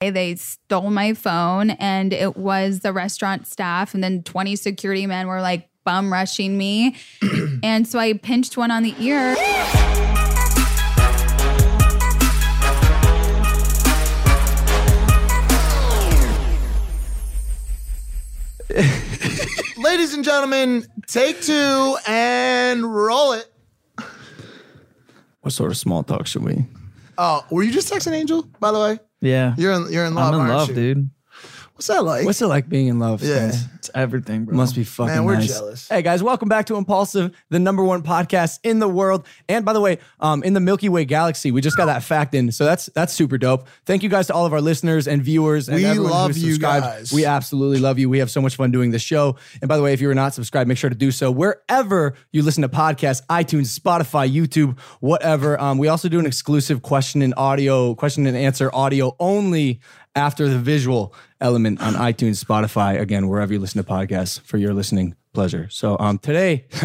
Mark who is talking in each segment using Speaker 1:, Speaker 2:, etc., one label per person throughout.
Speaker 1: They stole my phone and it was the restaurant staff. And then 20 security men were like bum rushing me. and so I pinched one on the ear.
Speaker 2: Ladies and gentlemen, take two and roll it.
Speaker 3: What sort of small talk should we?
Speaker 2: Oh, were you just texting Angel? By the way,
Speaker 3: Yeah.
Speaker 2: you're in you're in love.
Speaker 3: I'm in
Speaker 2: aren't
Speaker 3: love,
Speaker 2: you?
Speaker 3: dude.
Speaker 2: What's that like?
Speaker 4: What's it like being in love?
Speaker 2: Yeah.
Speaker 4: Spence? It's everything, bro.
Speaker 3: Must be fucking
Speaker 2: Man, we're
Speaker 3: nice.
Speaker 2: jealous.
Speaker 3: Hey guys, welcome back to Impulsive, the number one podcast in the world. And by the way, um, in the Milky Way galaxy, we just got that fact in, so that's that's super dope. Thank you guys to all of our listeners and viewers. And
Speaker 2: We
Speaker 3: everyone
Speaker 2: love
Speaker 3: who
Speaker 2: you
Speaker 3: subscribed.
Speaker 2: guys.
Speaker 3: We absolutely love you. We have so much fun doing this show. And by the way, if you are not subscribed, make sure to do so wherever you listen to podcasts, iTunes, Spotify, YouTube, whatever. Um, we also do an exclusive question and audio, question and answer audio only after the visual element on iTunes, Spotify, again, wherever you listen to podcasts for your listening pleasure. So um today,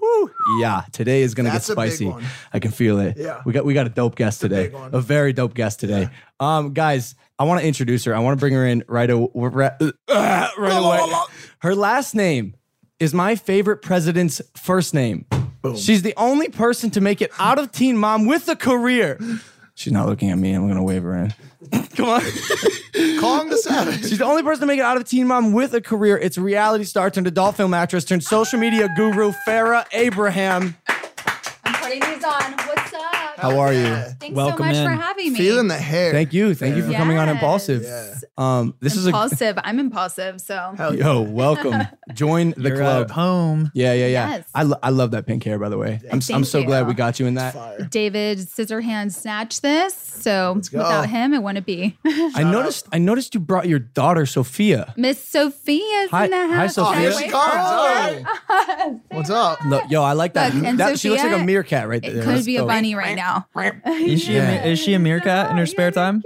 Speaker 3: whew, yeah, today is gonna
Speaker 2: That's
Speaker 3: get
Speaker 2: a big
Speaker 3: spicy.
Speaker 2: one.
Speaker 3: I can feel it.
Speaker 2: Yeah.
Speaker 3: We got we got a dope guest today.
Speaker 2: big one.
Speaker 3: A very dope guest today. Um guys, I want to introduce her. I want to bring her in right away. uh, Right, away. Her last name is my favorite president's first name. She's the only person to make it out of Teen Mom with a career. She's not looking at me. I'm gonna wave her in. Come on.
Speaker 2: Kong the Savage?
Speaker 3: She's the only person to make it out of Teen Mom with a career. It's a reality star turned adult film actress turned social media guru Farah Abraham.
Speaker 1: I'm putting these on. What's up?
Speaker 3: How are you?
Speaker 1: Thanks
Speaker 4: Welcome
Speaker 1: so much for
Speaker 4: in.
Speaker 1: having me.
Speaker 2: Feeling the hair.
Speaker 3: Thank you. Thank you for coming on
Speaker 1: Yes.
Speaker 3: Impulsive. Um, this
Speaker 1: impulsive. I'm impulsive. So
Speaker 3: is a yo. Welcome. Join the
Speaker 4: You're
Speaker 3: club.
Speaker 4: at home.
Speaker 3: Yeah, yeah, yeah.
Speaker 1: Yes.
Speaker 3: I, lo- I love that pink hair, by the way. I'm, I'm
Speaker 1: Thank
Speaker 3: so
Speaker 1: you.
Speaker 3: glad we got you in that.
Speaker 2: Fire.
Speaker 1: David Scissorhands snatched this. So
Speaker 2: go.
Speaker 1: without him, it wouldn't be.
Speaker 3: I noticed. I noticed you brought your daughter Sophia.
Speaker 1: Miss Sophia's
Speaker 3: Hi-
Speaker 1: in the
Speaker 3: hi,
Speaker 1: house.
Speaker 3: Sophia.
Speaker 2: Here
Speaker 1: Can't
Speaker 2: she
Speaker 1: wait
Speaker 2: comes.
Speaker 1: for her.
Speaker 2: Oh. What's up?
Speaker 3: Look, yo, I like that.
Speaker 1: Look, and
Speaker 3: that she looks like a
Speaker 1: Sophia-
Speaker 3: meerkat right there.
Speaker 1: It
Speaker 3: That's
Speaker 1: could be a
Speaker 3: dope.
Speaker 1: bunny right now.
Speaker 4: Is she
Speaker 3: Yeah.
Speaker 4: a, is she a meerkat in her spare time?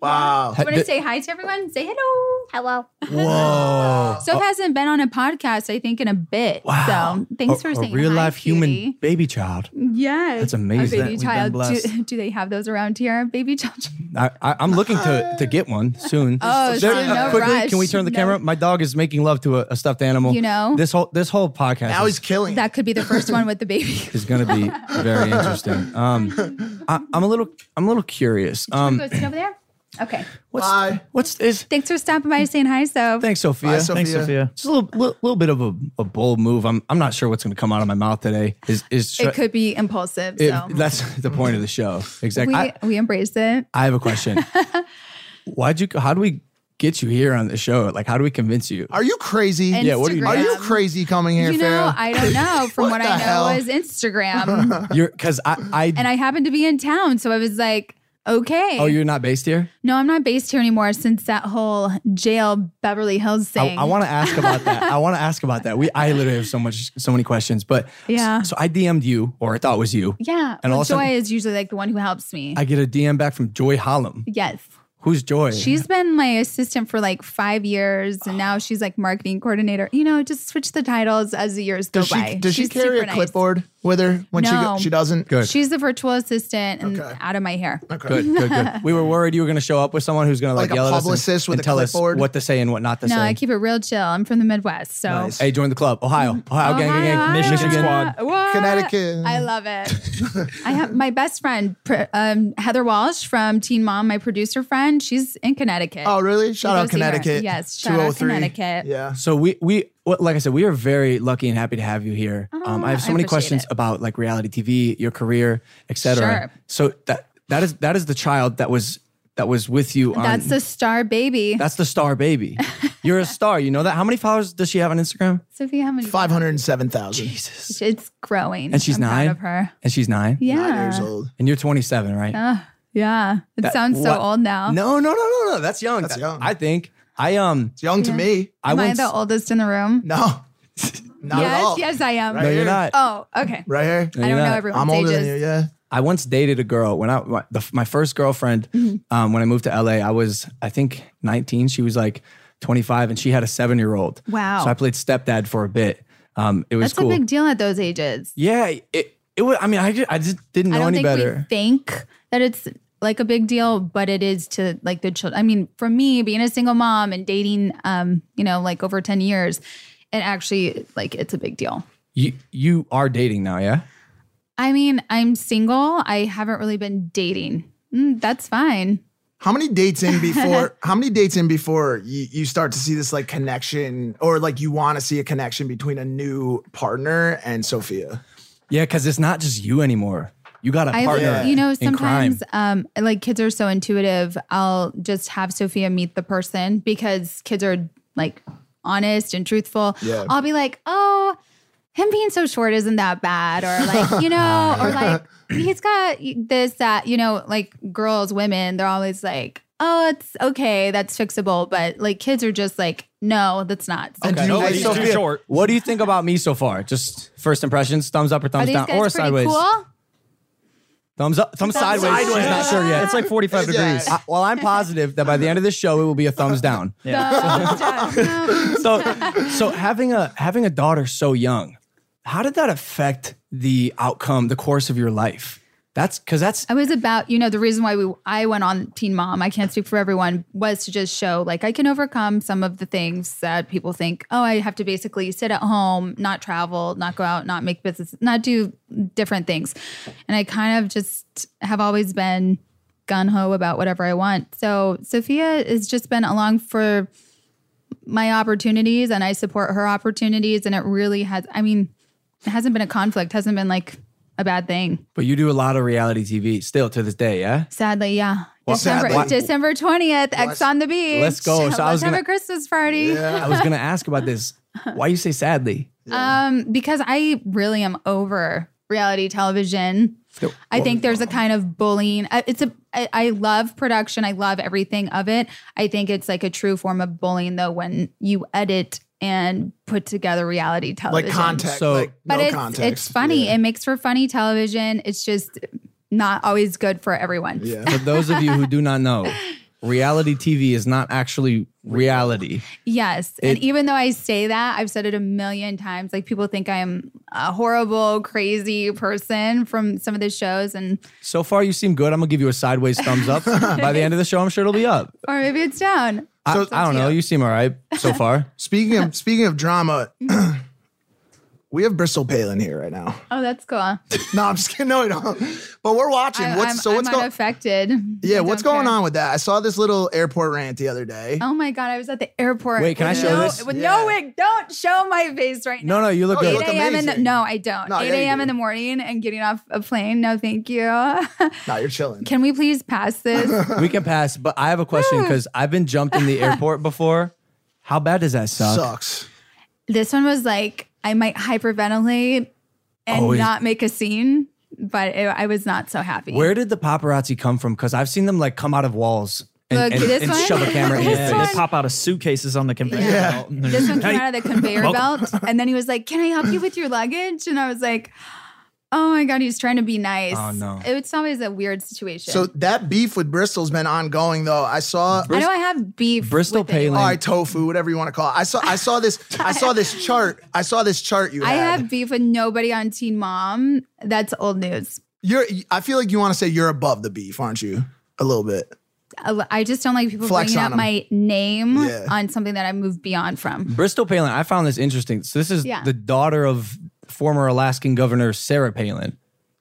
Speaker 2: Wow.
Speaker 1: Do you want
Speaker 3: Th-
Speaker 1: to say hi to everyone? Say hello. Hello.
Speaker 3: Whoa.
Speaker 1: Soph hasn't been on a podcast, I think, in a bit.
Speaker 3: Oh. Wow.
Speaker 1: So thanks
Speaker 3: A-
Speaker 1: for
Speaker 3: a
Speaker 1: saying
Speaker 3: real
Speaker 1: hi,
Speaker 3: life human
Speaker 1: cutie.
Speaker 3: baby child.
Speaker 1: Yes.
Speaker 3: That's amazing.
Speaker 1: A baby
Speaker 4: We've been
Speaker 1: child. Do,
Speaker 4: blessed.
Speaker 1: do they have those around here? Baby children.
Speaker 3: I, I, I'm looking to, to get one soon. uh,
Speaker 1: Oh, so no
Speaker 3: quickly,
Speaker 1: rush.
Speaker 3: can we turn the
Speaker 1: No.
Speaker 3: camera? My dog is making love to a, a stuffed animal.
Speaker 1: You know?
Speaker 3: this whole this whole podcast
Speaker 2: Now
Speaker 3: is,
Speaker 2: he's killing. it.
Speaker 1: That could be the first one with the baby.
Speaker 3: is going to be very interesting. Um, I, I'm a little I'm a little curious. Um,
Speaker 1: Go sit over there. Okay.
Speaker 3: what's
Speaker 2: Bye.
Speaker 3: what's is
Speaker 1: Thanks for stopping by and saying hi, so.
Speaker 3: thanks Sophia.
Speaker 2: Bye, Sophia.
Speaker 4: Thanks, Sophia.
Speaker 3: Just a little, little, little bit of a, a bold move. I'm I'm not sure what's going to come out of my mouth today. Is is
Speaker 1: It could be impulsive.
Speaker 3: it-
Speaker 1: so
Speaker 3: that's the point of the show
Speaker 1: we,
Speaker 3: exactly. I,
Speaker 1: we embrace it.
Speaker 3: I have a question. Why'd you? How do we get you here on the show? Like, how do we convince you?
Speaker 2: Are you crazy?
Speaker 1: And-
Speaker 3: yeah, what do you?
Speaker 2: Are you
Speaker 1: Instagram.
Speaker 2: crazy coming here,
Speaker 1: You know,
Speaker 2: Farrah?
Speaker 1: I don't know. From
Speaker 2: What
Speaker 1: what,
Speaker 2: the
Speaker 1: I know
Speaker 2: hell?
Speaker 1: is Instagram.
Speaker 3: You're because I I
Speaker 1: and I happened to be in town. So I was like, okay.
Speaker 3: oh you're not based here.
Speaker 1: No, I'm not based here anymore since that whole jail Beverly Hills
Speaker 3: I,
Speaker 1: thing.
Speaker 3: I want to ask about that. I want to ask about that. We I literally have so much so many questions, but
Speaker 1: Yeah.
Speaker 3: So, I DM'd you, or I thought it was you.
Speaker 1: Yeah.
Speaker 3: And
Speaker 1: well,
Speaker 3: also-
Speaker 1: Joy is usually like the one who helps me.
Speaker 3: I get a DM back from Joy Hollum.
Speaker 1: yes.
Speaker 3: Who's Joy?
Speaker 1: She's been my assistant for like five years and now she's like marketing coordinator. You know, just switch the titles as the years
Speaker 2: does
Speaker 1: go by.
Speaker 2: she does she
Speaker 1: She's
Speaker 2: carry
Speaker 1: super
Speaker 2: a
Speaker 1: nice.
Speaker 2: clipboard with her when she go-
Speaker 1: No.
Speaker 2: she doesn't?
Speaker 3: Good.
Speaker 1: She's the virtual assistant and
Speaker 2: Okay.
Speaker 1: out of my hair.
Speaker 2: Okay.
Speaker 3: good, good, good. We were worried you were going to show up with someone who's going to like,
Speaker 2: Like a
Speaker 3: yell at us
Speaker 2: publicist
Speaker 3: and,
Speaker 2: with
Speaker 3: and
Speaker 2: a
Speaker 3: tell
Speaker 2: clipboard?
Speaker 3: us what to say and what not to
Speaker 1: No,
Speaker 3: say.
Speaker 1: I keep it real chill. I'm from the Midwest. So
Speaker 3: hey, join the club, Ohio, Ohio, gang, gang, gang,
Speaker 1: Mm-hmm. Ohio,
Speaker 4: Michigan
Speaker 1: Ohio.
Speaker 4: squad.
Speaker 1: Uh, What?
Speaker 2: Connecticut.
Speaker 1: I love it. I have my best friend, pr- um, Heather Walsh from Teen Mom, my producer friend. She's in Connecticut.
Speaker 2: Oh, really? Shout
Speaker 1: go
Speaker 2: out
Speaker 1: see her.
Speaker 2: Connecticut.
Speaker 1: Yes, shout out
Speaker 2: 203.
Speaker 1: Connecticut.
Speaker 2: Yeah.
Speaker 3: So we we well, like I said, we are very lucky and happy to have you here. um, I have so
Speaker 1: Oh, I
Speaker 3: many
Speaker 1: appreciate
Speaker 3: questions
Speaker 1: it.
Speaker 3: about like reality TV, your career, etc.
Speaker 1: Sure.
Speaker 3: So that that is that is the child that was that was with you. On,
Speaker 1: That's the star baby.
Speaker 3: that's the star baby. You're a star. You know that. How many followers does she have on Instagram?
Speaker 1: Sophia, how many?
Speaker 2: Five hundred and seven thousand.
Speaker 3: Jesus.
Speaker 1: It's growing.
Speaker 3: And she's
Speaker 1: I'm
Speaker 3: nine?
Speaker 1: Proud of her.
Speaker 3: And she's nine.
Speaker 1: Yeah.
Speaker 2: Nine years old.
Speaker 3: And you're 27, right?
Speaker 1: Ugh, Yeah. It
Speaker 3: That-
Speaker 1: sounds so
Speaker 3: what-
Speaker 1: old now.
Speaker 3: No, no, no, no, no. That's young.
Speaker 2: That's
Speaker 3: That-
Speaker 2: young.
Speaker 3: I think I um
Speaker 2: It's young to
Speaker 1: Yeah.
Speaker 2: me.
Speaker 3: I
Speaker 1: Am I,
Speaker 3: once
Speaker 1: the oldest in the room?
Speaker 2: No, not
Speaker 1: yes,
Speaker 2: at all.
Speaker 1: yes, I am.
Speaker 2: Right
Speaker 3: no, you're
Speaker 2: here.
Speaker 3: not.
Speaker 1: Oh, okay.
Speaker 2: Right here.
Speaker 3: No,
Speaker 1: I
Speaker 3: you're
Speaker 1: don't know
Speaker 3: not.
Speaker 1: everyone's
Speaker 2: I'm older
Speaker 1: ages.
Speaker 2: than you. Yeah.
Speaker 3: I once dated a girl when I my, the, my first girlfriend
Speaker 1: Mm-hmm.
Speaker 3: um, when I moved to LA. I was I think 19. She was like 25, and she had a seven year old.
Speaker 1: Wow.
Speaker 3: So I played stepdad for a bit. Um, it was
Speaker 1: That's
Speaker 3: cool.
Speaker 1: a big deal at those ages.
Speaker 3: yeah. It it was. I mean, I just, I just didn't
Speaker 1: I
Speaker 3: know
Speaker 1: don't
Speaker 3: any
Speaker 1: think we
Speaker 3: better.
Speaker 1: think that it's like a big deal, but it is to like the children. I mean, for me, being a single mom and dating, um, you know, like over 10 years, it actually like it's a big deal.
Speaker 3: You you are dating now, yeah?
Speaker 1: I mean, I'm single. I haven't really been dating. Mm, that's fine.
Speaker 2: How many dates in before? how many dates in before you, you start to see this like connection, or like you want to see a connection between a new partner and Sophia?
Speaker 3: Yeah, because it's not just you anymore. You got a
Speaker 1: I,
Speaker 3: partner.
Speaker 1: you know,
Speaker 3: in crime.
Speaker 1: sometimes um, like kids are so intuitive. I'll just have Sophia meet the person because kids are like honest and truthful.
Speaker 2: Yeah.
Speaker 1: I'll be like, oh, him being so short isn't that bad, or like, you know, or like he's got this, that, you know, like girls, women, they're always like, oh, it's okay, that's fixable, but like kids are just like, no, that's not. So
Speaker 2: Okay.
Speaker 3: Hey,
Speaker 2: Nobody's too
Speaker 3: Sophia, What do you think about me so far? Just first impressions, thumbs up or
Speaker 1: are
Speaker 3: thumbs
Speaker 1: these
Speaker 3: down,
Speaker 1: guys
Speaker 3: or
Speaker 1: pretty
Speaker 3: sideways.
Speaker 1: cool?
Speaker 3: Thumbs up, thumbs sideways.
Speaker 2: sideways.
Speaker 3: She's not sure yet.
Speaker 4: It's like 45
Speaker 2: Yeah.
Speaker 4: degrees.
Speaker 3: I, well, I'm positive that by the end of this show, it will be a thumbs down. So, so having a having a daughter so young, how did that affect the outcome, the course of your life? That's because that's
Speaker 1: I was about, you know, the reason why we I went on Teen Mom, I can't speak for everyone, was to just show like I can overcome some of the things that people think, oh, I have to basically sit at home, not travel, not go out, not make business, not do different things. And I kind of just have always been gun ho about whatever I want. So Sophia has just been along for my opportunities and I support her opportunities. And it really has, I mean, it hasn't been a conflict, hasn't been like a bad thing.
Speaker 3: but you do a lot of reality TV still to this day, yeah.
Speaker 1: Sadly, yeah. December,
Speaker 2: sadly.
Speaker 1: December 20th, X on the Beach.
Speaker 3: Let's go. So I
Speaker 1: let's
Speaker 3: was
Speaker 1: have
Speaker 3: gonna-
Speaker 1: a Christmas party.
Speaker 3: I was gonna ask about this. Why you say sadly?
Speaker 1: Um, because I really am over reality television. I think there's a kind of bullying. I- It's a. I, I love production. I love everything of it. I think it's like a true form of bullying, though, when you edit and put together reality
Speaker 2: Like
Speaker 1: television.
Speaker 2: context,
Speaker 3: So-
Speaker 2: like
Speaker 1: But
Speaker 2: no
Speaker 1: it's,
Speaker 2: context.
Speaker 1: it's funny. It makes for funny television. It's just not always good for everyone.
Speaker 2: Yeah.
Speaker 3: For those of you who do not know, reality TV is not actually reality.
Speaker 1: Yes. and even though I say that, I've said it a million times. Like people think I am a horrible, crazy person from some of the shows, and
Speaker 3: So far, you seem good. I'm gonna give you a sideways thumbs up. By the end of the show, I'm sure it'll be up.
Speaker 1: or maybe it's down.
Speaker 3: I, I don't know. You seem all right so far.
Speaker 2: Speaking of speaking of drama,
Speaker 1: Mm-hmm.
Speaker 2: we have Bristol Palin here right now.
Speaker 1: Oh, that's cool. I,
Speaker 2: No, I'm just kidding. No, we don't. But we're watching. what's
Speaker 1: am
Speaker 2: so what's going?
Speaker 1: unaffected.
Speaker 2: Yeah,
Speaker 1: I
Speaker 2: what's
Speaker 1: don't
Speaker 2: going
Speaker 1: care.
Speaker 2: on with that? I saw this little airport rant the other day.
Speaker 1: Oh my god, I was at the airport.
Speaker 3: Wait, can I
Speaker 1: with
Speaker 3: show
Speaker 1: no,
Speaker 3: this?
Speaker 1: With
Speaker 2: Yeah.
Speaker 1: no wig, don't show my face right
Speaker 3: No,
Speaker 1: now.
Speaker 3: no, you look
Speaker 2: Oh, you
Speaker 3: good.
Speaker 2: look
Speaker 1: 8 a.m. in the,
Speaker 2: amazing.
Speaker 1: no, I don't.
Speaker 2: No,
Speaker 1: 8
Speaker 2: yeah, you
Speaker 1: a.m. in
Speaker 2: do.
Speaker 1: the morning and getting off a plane. No, thank you.
Speaker 2: No, you're chilling.
Speaker 1: Can we please pass this?
Speaker 3: We can pass, but I have a question because I've been jumped in the airport before. How bad does that suck?
Speaker 2: Sucks.
Speaker 1: This one was like I might hyperventilate and
Speaker 3: Oh, is-
Speaker 1: not make a scene, but it, I was not so happy.
Speaker 3: Where did the paparazzi come from? Because I've seen them like come out of walls and,
Speaker 1: Look,
Speaker 3: and-
Speaker 1: this
Speaker 3: and
Speaker 1: one?
Speaker 3: shove a camera in your
Speaker 1: This
Speaker 4: And
Speaker 1: one?
Speaker 4: they
Speaker 3: face.
Speaker 4: pop out of suitcases on the conveyor
Speaker 1: Yeah.
Speaker 4: belt. and they're
Speaker 1: this
Speaker 4: just-
Speaker 1: one came
Speaker 4: Hey.
Speaker 1: out of the conveyor belt, and then he was like, "Can I help you with your luggage?" And I was like, "Oh my god, he's trying to be nice."
Speaker 3: Oh, no.
Speaker 1: it's always a weird situation.
Speaker 2: So that beef with Bristol's been ongoing though. I saw
Speaker 1: I know I have beef.
Speaker 3: Bristol
Speaker 1: with anyone.
Speaker 3: Palin.
Speaker 2: all right, tofu, whatever you want to call it. I saw I saw this I saw this chart. I saw this chart you
Speaker 1: I
Speaker 2: had.
Speaker 1: have beef with nobody on Teen Mom. That's old news.
Speaker 2: You're I feel like you want to say you're above the beef, aren't you? A little bit.
Speaker 1: I I just don't like people
Speaker 2: Flex
Speaker 1: bringing
Speaker 2: on
Speaker 1: up
Speaker 2: him.
Speaker 1: my name
Speaker 2: Yeah.
Speaker 1: on something that I moved beyond from.
Speaker 3: Bristol Palin, I found this interesting. So this is
Speaker 1: Yeah.
Speaker 3: the daughter of former Alaskan Governor Sarah Palin,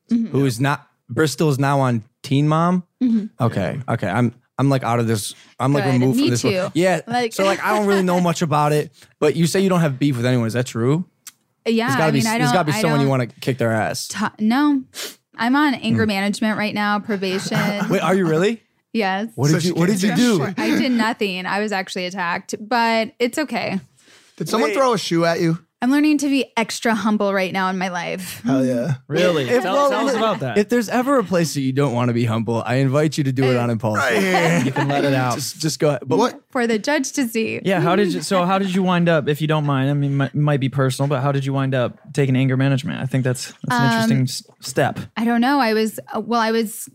Speaker 1: Mm-hmm.
Speaker 3: who is not Bristol is now on Teen Mom. Okay, okay, I'm I'm like out of this. I'm like
Speaker 1: Mm-hmm. Good.
Speaker 3: removed
Speaker 1: Me
Speaker 3: from this. one.
Speaker 1: too.
Speaker 3: Yeah,
Speaker 1: Like-
Speaker 3: so like I don't really know much about it. But you say you don't have beef with anyone. Is that true?
Speaker 1: Yeah,
Speaker 3: There's gotta
Speaker 1: I mean,
Speaker 3: be
Speaker 1: I don't.
Speaker 3: there's gotta be
Speaker 1: I
Speaker 3: someone
Speaker 1: don't-
Speaker 3: you want to kick their ass.
Speaker 1: Ta- no, I'm on anger management right now, probation.
Speaker 3: Hmm. Wait, are you really?
Speaker 1: yes.
Speaker 3: What
Speaker 2: So
Speaker 3: did
Speaker 2: she
Speaker 3: you What
Speaker 2: can't
Speaker 3: did you
Speaker 2: say
Speaker 3: do?
Speaker 2: shit.
Speaker 1: I did nothing. I was actually attacked, but it's okay.
Speaker 2: Did someone throw a shoe at you?
Speaker 1: I I'm learning to be extra humble right now in my life.
Speaker 2: Hell yeah.
Speaker 4: Really?
Speaker 3: If-
Speaker 4: tell,
Speaker 3: well,
Speaker 4: tell us about that.
Speaker 3: If there's ever a place that you don't want to be humble, I invite you to do it on impulse.
Speaker 2: Right here.
Speaker 4: you can let it out.
Speaker 3: Just, just go. But
Speaker 2: What?
Speaker 1: for the judge to see.
Speaker 4: yeah. How did you? So how did you wind up? If you don't mind, I mean, it might be personal, but how did you wind up taking anger management? I think that's that's
Speaker 1: Um,
Speaker 4: an interesting s- step.
Speaker 1: I don't know. I was uh, well, I was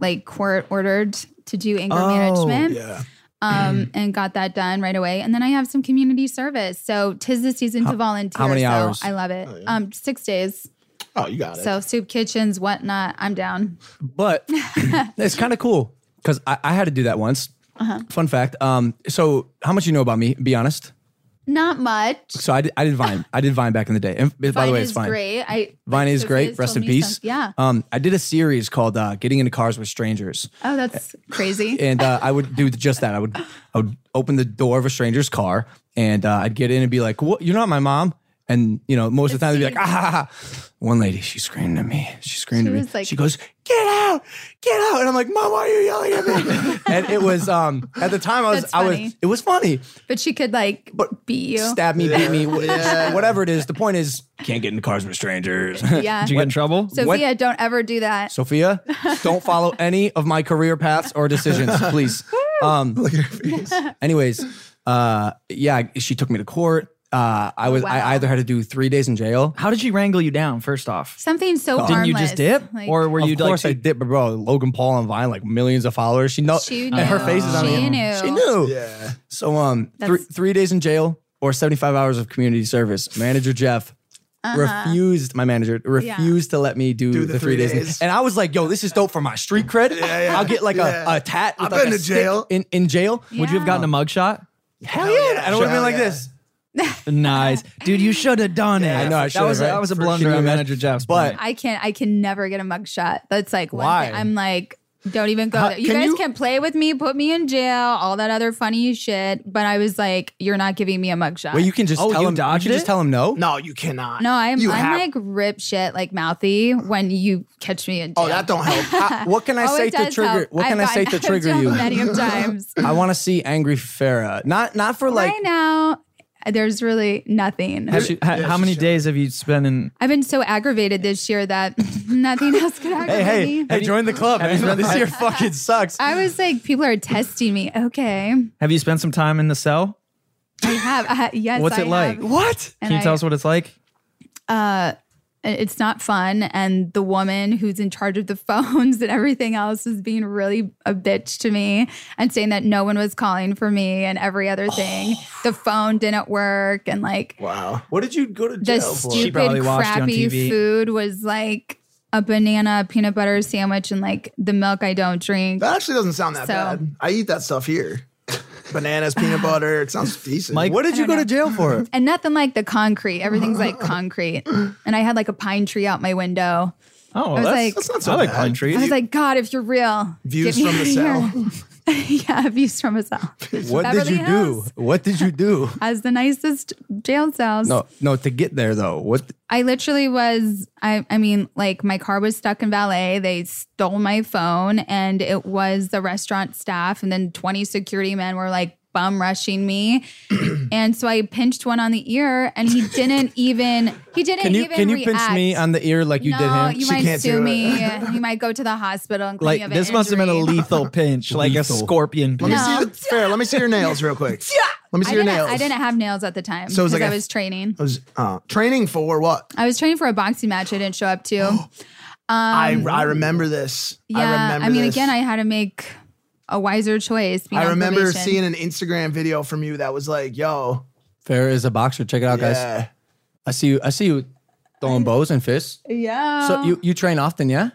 Speaker 1: like court ordered to do anger
Speaker 4: Oh,
Speaker 1: management.
Speaker 2: Yeah.
Speaker 1: Um, and got that done right away. And then I have some community service. So tis the season to volunteer.
Speaker 3: how many
Speaker 1: so
Speaker 3: hours? Oh,
Speaker 1: I love it. Um, six days.
Speaker 2: Oh, you got it.
Speaker 1: So soup kitchens, whatnot. I'm down.
Speaker 3: but it's kind of cool because I, I had to do that once.
Speaker 1: Uh-huh.
Speaker 3: Fun fact. Um, so how much you know about me? Be honest.
Speaker 1: Not much.
Speaker 3: So I did, I did Vine. I did Vine back in the day. And by
Speaker 1: Vine
Speaker 3: the way,
Speaker 1: is
Speaker 3: it's Vine.
Speaker 1: great. I
Speaker 3: Vine
Speaker 1: like,
Speaker 3: is great.
Speaker 1: Sophia's
Speaker 3: Rest in
Speaker 1: told me
Speaker 3: peace.
Speaker 1: some- Yeah.
Speaker 3: Um, I did a series called uh, "Getting into Cars with Strangers,"
Speaker 1: Oh, that's crazy.
Speaker 3: and uh, I would do just that. I would I would open the door of a stranger's car, and uh, I'd get in and be like, "What? You're not my mom." And you know, most of the time they'd be like, "Ah!" ha, ha, ha." One lady, she screamed at me. She screamed
Speaker 1: She
Speaker 3: at me.
Speaker 1: was like-
Speaker 3: she goes, "Get out! Get out!" And I'm like, "Mom, why are you yelling at me?" and it was um at the time I was
Speaker 1: That's
Speaker 3: I was
Speaker 1: funny.
Speaker 3: it was funny.
Speaker 1: but she could like
Speaker 3: But
Speaker 1: beat you.
Speaker 3: Stab me, beat me, wh- whatever it is. The point is, can't get into cars with strangers.
Speaker 1: Yeah.
Speaker 4: Did you get in trouble?
Speaker 1: Sophia, don't ever do that.
Speaker 3: Sophia, don't follow any of my career paths or decisions, please. Um, Anyways, uh, yeah, she took me to court. Uh, I was
Speaker 1: Wow.
Speaker 3: I either had to do three days in jail.
Speaker 4: how did she wrangle you down? First off,
Speaker 1: Something so
Speaker 4: didn't you just
Speaker 1: harmless,
Speaker 4: dip,
Speaker 1: like-
Speaker 4: or were
Speaker 3: of
Speaker 4: you
Speaker 3: course I
Speaker 4: like?
Speaker 3: did, but bro, Logan Paul on Vine, like millions of followers. She know
Speaker 1: She
Speaker 3: and her
Speaker 1: knew.
Speaker 3: face is on
Speaker 1: She
Speaker 3: the
Speaker 1: knew.
Speaker 3: She knew.
Speaker 2: yeah.
Speaker 3: So um, three,
Speaker 1: That's-
Speaker 3: three days in jail or seventy five hours of community service. Manager Jeff.
Speaker 4: Uh-huh.
Speaker 3: Refused my manager refused to let me do,
Speaker 2: the
Speaker 3: the three,
Speaker 2: three
Speaker 3: days. in-
Speaker 2: days.
Speaker 3: and I was like, "Yo, this is dope for my street cred.
Speaker 2: yeah,
Speaker 3: I'll get like
Speaker 2: yeah.
Speaker 3: a, a tat. with,
Speaker 2: I've
Speaker 3: like,
Speaker 2: been
Speaker 3: a
Speaker 2: to
Speaker 3: stick
Speaker 2: jail.
Speaker 3: in in jail.
Speaker 4: Would you have gotten a mugshot?
Speaker 3: Hell yeah! And I would have
Speaker 2: Hell
Speaker 3: been like
Speaker 2: yeah.
Speaker 3: this.
Speaker 4: Nice, dude. You should have done it.
Speaker 3: I know, I
Speaker 4: that
Speaker 3: should've,
Speaker 4: was a,
Speaker 3: right?
Speaker 4: that was a
Speaker 3: For-
Speaker 4: blunder
Speaker 3: can you
Speaker 4: on
Speaker 3: imagine?
Speaker 4: manager Jeff's.
Speaker 3: But-
Speaker 4: point.
Speaker 1: I can't. I can never get a mugshot. That's like one
Speaker 3: Why?
Speaker 1: thing. I'm like, don't even go.
Speaker 3: How-
Speaker 1: there. You
Speaker 3: can
Speaker 1: guys
Speaker 3: you-
Speaker 1: can play with me, put me in jail, all that other funny shit. But I was like, you're not giving me a mugshot.
Speaker 3: Well, you can just
Speaker 4: Oh,
Speaker 3: tell
Speaker 4: you
Speaker 3: him. You
Speaker 4: dodged
Speaker 3: can just
Speaker 4: it?
Speaker 3: tell him no.
Speaker 2: No, you cannot.
Speaker 1: no, I'm,
Speaker 2: You
Speaker 1: I'm
Speaker 2: have-
Speaker 1: like rip shit like mouthy when you catch me in jail.
Speaker 2: Oh, that don't help.
Speaker 3: I- what can I
Speaker 1: Oh,
Speaker 3: say
Speaker 1: it
Speaker 3: to
Speaker 1: does
Speaker 3: trigger?
Speaker 1: help.
Speaker 3: What
Speaker 1: I've
Speaker 3: can I say to
Speaker 1: gotten
Speaker 3: trigger
Speaker 1: out of
Speaker 3: you?
Speaker 1: jail Many of times.
Speaker 3: I want to see angry Farah. Not not for like.
Speaker 1: right now, there's really nothing.
Speaker 4: Have you- ha- how many days have you spent in?
Speaker 1: I've been so aggravated this year that nothing else could aggravate me.
Speaker 3: join the club, man. This year fucking sucks.
Speaker 1: I was like, people are testing me. Okay,
Speaker 4: Have you spent some time in the cell?
Speaker 1: I have. I, yes,
Speaker 4: What's
Speaker 1: I
Speaker 4: it like?
Speaker 1: have.
Speaker 4: What? Can
Speaker 1: And
Speaker 4: you tell
Speaker 1: I-
Speaker 4: us what it's like?
Speaker 1: it's not fun and the woman who's in charge of the phones and everything else is being really a bitch to me and saying that no one was calling for me and every other thing the phone didn't work and like
Speaker 2: wow.
Speaker 3: What did you go to
Speaker 1: the
Speaker 4: She probably
Speaker 1: stupid
Speaker 4: watched you on
Speaker 1: crappy
Speaker 4: TV.
Speaker 1: food was like a banana peanut butter sandwich and like the milk i don't drink
Speaker 2: That actually doesn't sound that
Speaker 1: So-
Speaker 2: bad. I eat that stuff here. Bananas, peanut butter. It sounds decent.
Speaker 3: Mike, what did you go to jail for?
Speaker 1: and nothing like the concrete everything's like concrete and i had like a pine tree out my window
Speaker 4: Oh,
Speaker 1: was
Speaker 4: that's,
Speaker 1: like- That's
Speaker 4: that's not
Speaker 2: not
Speaker 4: so
Speaker 2: so
Speaker 4: I like
Speaker 2: bad.
Speaker 4: pine trees.
Speaker 1: i was like god if you're real
Speaker 2: Views
Speaker 1: get me
Speaker 2: from the
Speaker 1: out of
Speaker 2: cell.
Speaker 1: here." yeah, views from us all.
Speaker 3: What did you do? What did you do?
Speaker 1: As the nicest jail cells.
Speaker 3: No, no. To get there though, what?
Speaker 1: I literally was, I, I mean, like my car was stuck in valet. They stole my phone and it was the restaurant staff. And then 20 security men were like bum rushing me. and so I pinched one on the ear and he didn't even, he didn't
Speaker 3: Can you
Speaker 1: even
Speaker 3: can you pinch
Speaker 1: react.
Speaker 3: me on the ear like you
Speaker 1: no,
Speaker 3: did him?
Speaker 1: you
Speaker 2: She
Speaker 1: might
Speaker 2: can't
Speaker 1: sue
Speaker 2: do
Speaker 1: me.
Speaker 2: it.
Speaker 1: you might go to the hospital and claim you
Speaker 4: like
Speaker 1: have
Speaker 4: this
Speaker 1: an
Speaker 4: must have been a
Speaker 1: injury.
Speaker 4: lethal pinch, like a
Speaker 3: Lethal.
Speaker 4: scorpion
Speaker 2: Let
Speaker 4: pinch.
Speaker 2: me
Speaker 1: No.
Speaker 2: see the, fair. Let me see your nails real quick. Let me see
Speaker 1: I
Speaker 2: your
Speaker 1: didn't,
Speaker 2: nails.
Speaker 1: I didn't have nails at the time
Speaker 2: So it was
Speaker 1: because
Speaker 2: like
Speaker 1: I
Speaker 2: a-
Speaker 1: was training.
Speaker 2: I was uh, training for what?
Speaker 1: I was training for a boxing match I didn't show up to. yeah,
Speaker 2: I I remember this. I
Speaker 1: Um, I,
Speaker 2: remember.
Speaker 1: mean,
Speaker 2: this.
Speaker 1: again, I had to make a wiser choice. being
Speaker 2: I
Speaker 1: on
Speaker 2: remember
Speaker 1: probation.
Speaker 2: seeing an Instagram video from you that was like, "Yo,
Speaker 3: Farah is a boxer. Check it out, guys.
Speaker 2: yeah,
Speaker 3: I see you. I see you throwing bows and fists.
Speaker 1: Yeah.
Speaker 3: So you you train often, yeah?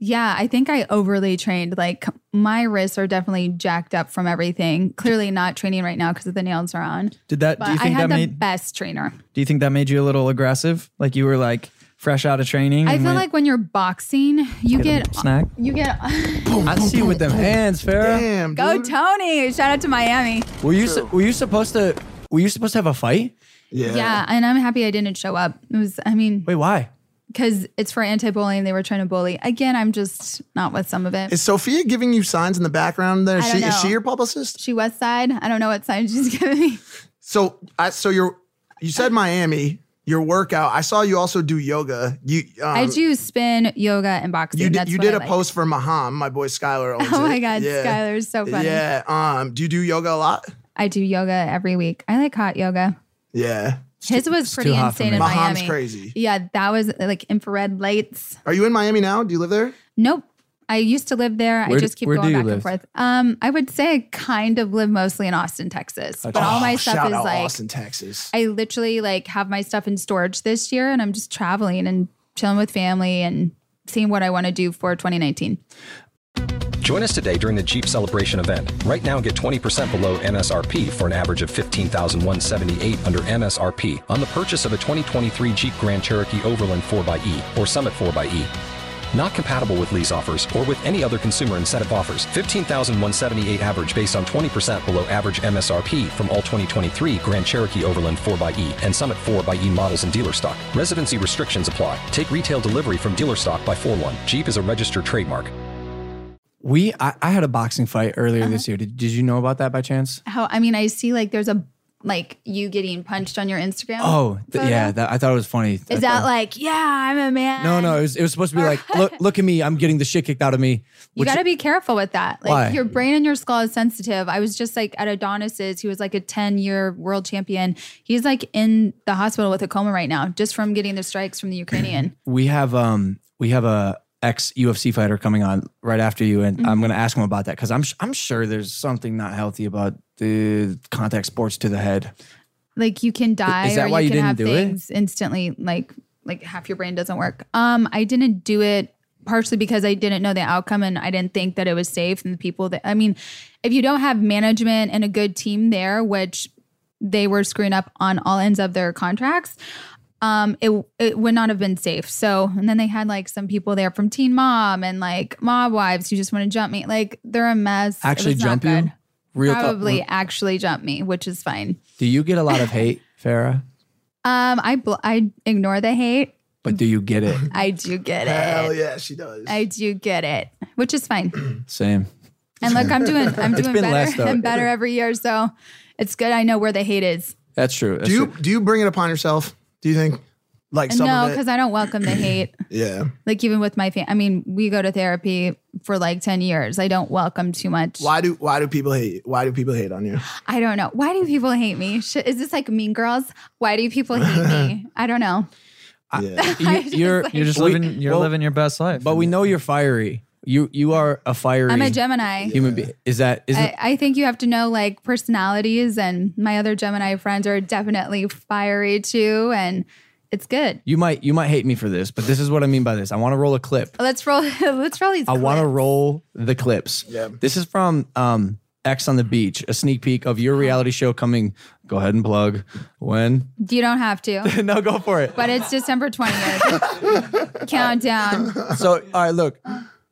Speaker 1: yeah, I think I overly trained. Like my wrists are definitely jacked up from everything. Clearly not training right now because the nails are on.
Speaker 4: Did that?
Speaker 1: But
Speaker 4: do you
Speaker 1: I
Speaker 4: think that
Speaker 1: had the
Speaker 4: made?
Speaker 1: best trainer.
Speaker 4: Do you think that made you a little aggressive? Like you were like fresh out of training.
Speaker 1: I
Speaker 4: and
Speaker 1: feel
Speaker 4: went,
Speaker 1: like when you're boxing, you
Speaker 4: "Get a
Speaker 1: get
Speaker 4: snack.
Speaker 1: you get
Speaker 3: I see you with them hands, Farah.
Speaker 2: damn,
Speaker 1: go
Speaker 2: dude.
Speaker 1: Tony. Shout out to Miami.
Speaker 3: Were you su- were you supposed to were you supposed to have a fight?
Speaker 2: yeah,
Speaker 1: yeah, and I'm happy I didn't show up. It was I mean
Speaker 3: Wait, why?
Speaker 1: because it's for anti-bullying. They were trying to bully. Again, I'm just not with some of it.
Speaker 2: Is Sophia giving you signs in the background? There,
Speaker 1: I
Speaker 2: she
Speaker 1: don't
Speaker 2: is she
Speaker 1: know.
Speaker 2: your publicist?
Speaker 1: she West Side. I don't know what sign she's giving me.
Speaker 2: So, I, so you're you said Miami. your workout. I saw you also do yoga. You um,
Speaker 1: I do spin, yoga, and boxing.
Speaker 2: You did
Speaker 1: That's
Speaker 2: you
Speaker 1: what
Speaker 2: did
Speaker 1: I
Speaker 2: a
Speaker 1: like.
Speaker 2: post for Maham. My boy Skylar owns
Speaker 1: Oh
Speaker 2: it.
Speaker 1: my god,
Speaker 2: yeah.
Speaker 1: Skylar is so funny.
Speaker 2: Yeah. Um. Do you do yoga a lot?
Speaker 1: I do yoga every week. I like hot yoga.
Speaker 2: Yeah.
Speaker 1: His was pretty
Speaker 3: hot for
Speaker 1: insane
Speaker 3: me.
Speaker 1: in
Speaker 2: Maham's
Speaker 1: Miami.
Speaker 2: crazy.
Speaker 1: Yeah, that was like infrared lights.
Speaker 2: Are you in Miami now? Do you live there?
Speaker 1: Nope. I used to live there.
Speaker 3: Where
Speaker 1: I
Speaker 3: d-
Speaker 1: just keep
Speaker 3: where do
Speaker 1: going
Speaker 3: you
Speaker 1: back
Speaker 3: live?
Speaker 1: and forth. Um, I would say I kind of live mostly in Austin, Texas, but all my
Speaker 2: Oh,
Speaker 1: stuff
Speaker 2: shout
Speaker 1: is
Speaker 2: out
Speaker 1: like
Speaker 2: Austin, Texas.
Speaker 1: I literally like have my stuff in storage this year, and I'm just traveling and chilling with family and seeing what I want to do for 2019.
Speaker 5: Join us today during the Jeep Celebration event. Right now, get 20% below MSRP for an average of 15178 under MSRP on the purchase of a 2023 Jeep Grand Cherokee Overland 4xE or Summit 4xE. Not compatible with lease offers or with any other consumer incentive offers. 15,178 average based on 20% below average MSRP from all 2023 Grand Cherokee Overland 4xE and Summit 4xE models in dealer stock. Residency restrictions apply. Take retail delivery from dealer stock by 4 1. Jeep is a registered trademark.
Speaker 3: We I, I had a boxing fight earlier this
Speaker 1: Uh-huh.
Speaker 3: year. Did, did you know about that by chance?
Speaker 1: How I mean, I see like there's a like you getting punched on your Instagram.
Speaker 3: Oh th-
Speaker 1: photo.
Speaker 3: yeah, that, I thought it was funny.
Speaker 1: Is that like yeah, I'm a man?
Speaker 3: no, no? It was, it was supposed to be like look look at me. I'm getting the shit kicked out of me.
Speaker 1: You
Speaker 3: which-
Speaker 1: got to be careful with that. Like
Speaker 3: Why?
Speaker 1: your brain and your skull is sensitive. I was just like at Adonis's, he was like a 10 year world champion. He's like in the hospital with a coma right now, just from getting the strikes from the Ukrainian.
Speaker 3: we have um we have a ex UFC fighter coming on right after you, and
Speaker 1: Mm-hmm.
Speaker 3: I'm gonna ask him about that because I'm sh- I'm sure there's something not healthy about the contact sports to the head.
Speaker 1: like you can die
Speaker 3: Is that
Speaker 1: or
Speaker 3: why
Speaker 1: you
Speaker 3: you
Speaker 1: can
Speaker 3: didn't
Speaker 1: have
Speaker 3: do it?
Speaker 1: things instantly like like half your brain doesn't work um i didn't do it partially because i didn't know the outcome and i didn't think that it was safe and the people that i mean if you don't have management and a good team there which they were screwing up on all ends of their contracts um it it would not have been safe so and then they had like some people there from teen mom and like mob wives who just want to jump me like they're a mess It
Speaker 3: Actually,
Speaker 1: was not
Speaker 3: jump you.
Speaker 1: good.
Speaker 3: Real talk.
Speaker 1: probably actually jump me which is fine
Speaker 3: Do you get a lot of hate, Farah?
Speaker 1: um, I bl- I ignore the hate.
Speaker 3: But do you get it?
Speaker 1: I do get
Speaker 2: Hell
Speaker 1: it.
Speaker 2: yeah, she does.
Speaker 1: I do get it, which is fine.
Speaker 3: Same.
Speaker 1: And look, I'm doing I'm doing
Speaker 3: been
Speaker 1: better
Speaker 3: less, though.
Speaker 1: and better every year, so it's good. I know where the hate is.
Speaker 3: That's true. That's
Speaker 2: do you
Speaker 3: true.
Speaker 2: do you bring it upon yourself? Do you think like some
Speaker 1: no,
Speaker 2: of it?
Speaker 1: because I don't welcome the hate.
Speaker 2: Yeah.
Speaker 1: Like even with my family, I mean, we go to therapy for like ten years. I don't welcome too much.
Speaker 2: Why do why do people hate? you? Why do people hate on you?
Speaker 1: I don't know. Why do people hate me? Sh- Is this like Mean Girls? Why do people hate me? I don't know.
Speaker 2: Yeah.
Speaker 3: You- you're
Speaker 1: like-
Speaker 3: you're
Speaker 4: You're
Speaker 3: just
Speaker 4: just
Speaker 3: living.
Speaker 4: living. You're
Speaker 3: well,
Speaker 4: living your best life.
Speaker 3: But we know you're fiery. You you are a fiery.
Speaker 1: I'm a Gemini.
Speaker 3: human being. Is that isn't?
Speaker 1: I, I think you have to know like personalities, and my other Gemini friends are definitely fiery too, and it's good.
Speaker 3: you might you might hate me for this, but this is what I mean by this. I want to roll a clip.
Speaker 1: Let's roll. let's roll these.
Speaker 3: I want to
Speaker 1: clips.
Speaker 3: roll the clips.
Speaker 2: Yeah.
Speaker 3: This is from um, X on the Beach, a sneak peek of your reality show coming. Go ahead and plug when.
Speaker 1: You don't have to,
Speaker 3: no, go for it.
Speaker 1: but it's December twentieth. Countdown.
Speaker 3: So, all right, look.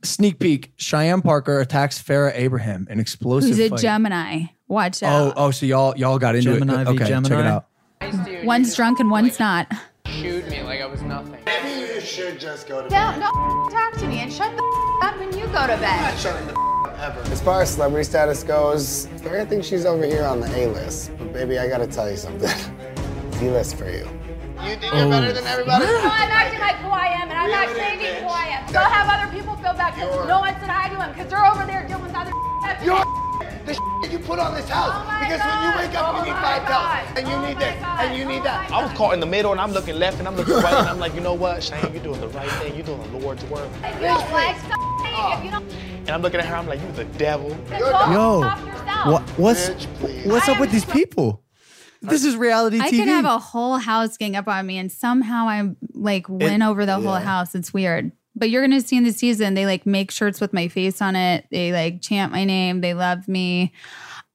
Speaker 3: Sneak peek: Cheyenne Parker attacks Farrah Abraham, an explosive.
Speaker 1: Who's a
Speaker 3: fight.
Speaker 1: Gemini? Watch
Speaker 3: Oh,
Speaker 1: out.
Speaker 3: oh, so y'all y'all got into
Speaker 4: Gemini
Speaker 3: it.
Speaker 4: v.
Speaker 3: Okay, check it
Speaker 4: Gemini.
Speaker 3: out. oh.
Speaker 6: Dude, you
Speaker 1: One's
Speaker 6: just
Speaker 1: drunk and one's not.
Speaker 6: chewed me like I was nothing.
Speaker 7: You should just go to
Speaker 1: Don't don't talk to me and shut the up when you go to bed.
Speaker 7: shutting the ever. As far as celebrity status goes, I think she's over here on the A list. But baby, I gotta tell you something. D list for you. You think you're better than everybody?
Speaker 8: I'm acting like who I am, and I'm not saving who I am. They'll have other people feel bad because no one said hi to them because they're over there dealing with other.
Speaker 7: You're the shit you put on this house.
Speaker 8: Oh my
Speaker 7: because when you wake up,
Speaker 8: God.
Speaker 7: you need
Speaker 8: Oh my
Speaker 7: five dollars,
Speaker 8: God.
Speaker 7: and you
Speaker 8: Oh
Speaker 7: need
Speaker 8: my
Speaker 7: this,
Speaker 8: God.
Speaker 7: and you need
Speaker 8: Oh
Speaker 7: that.
Speaker 8: my
Speaker 7: I was caught in the middle, and I'm looking left, and I'm looking right, and I'm like, you know what, Shane, you're doing the right thing. You're doing the Lord's work.
Speaker 8: If you don't like something, if you don't
Speaker 7: And I'm looking at her, I'm like, you the devil.
Speaker 8: control
Speaker 3: Yo,
Speaker 8: yourself.
Speaker 3: what, what's
Speaker 7: Bitch, please.
Speaker 3: what's
Speaker 8: I
Speaker 3: up with
Speaker 8: am
Speaker 3: these
Speaker 8: so-
Speaker 3: people? This is reality
Speaker 1: I
Speaker 3: TV.
Speaker 1: could have a whole house gang up on me, and somehow I like win over the whole house. It's weird. But you're gonna see in the season, they like make shirts with my face on it. They like chant my name. They love me.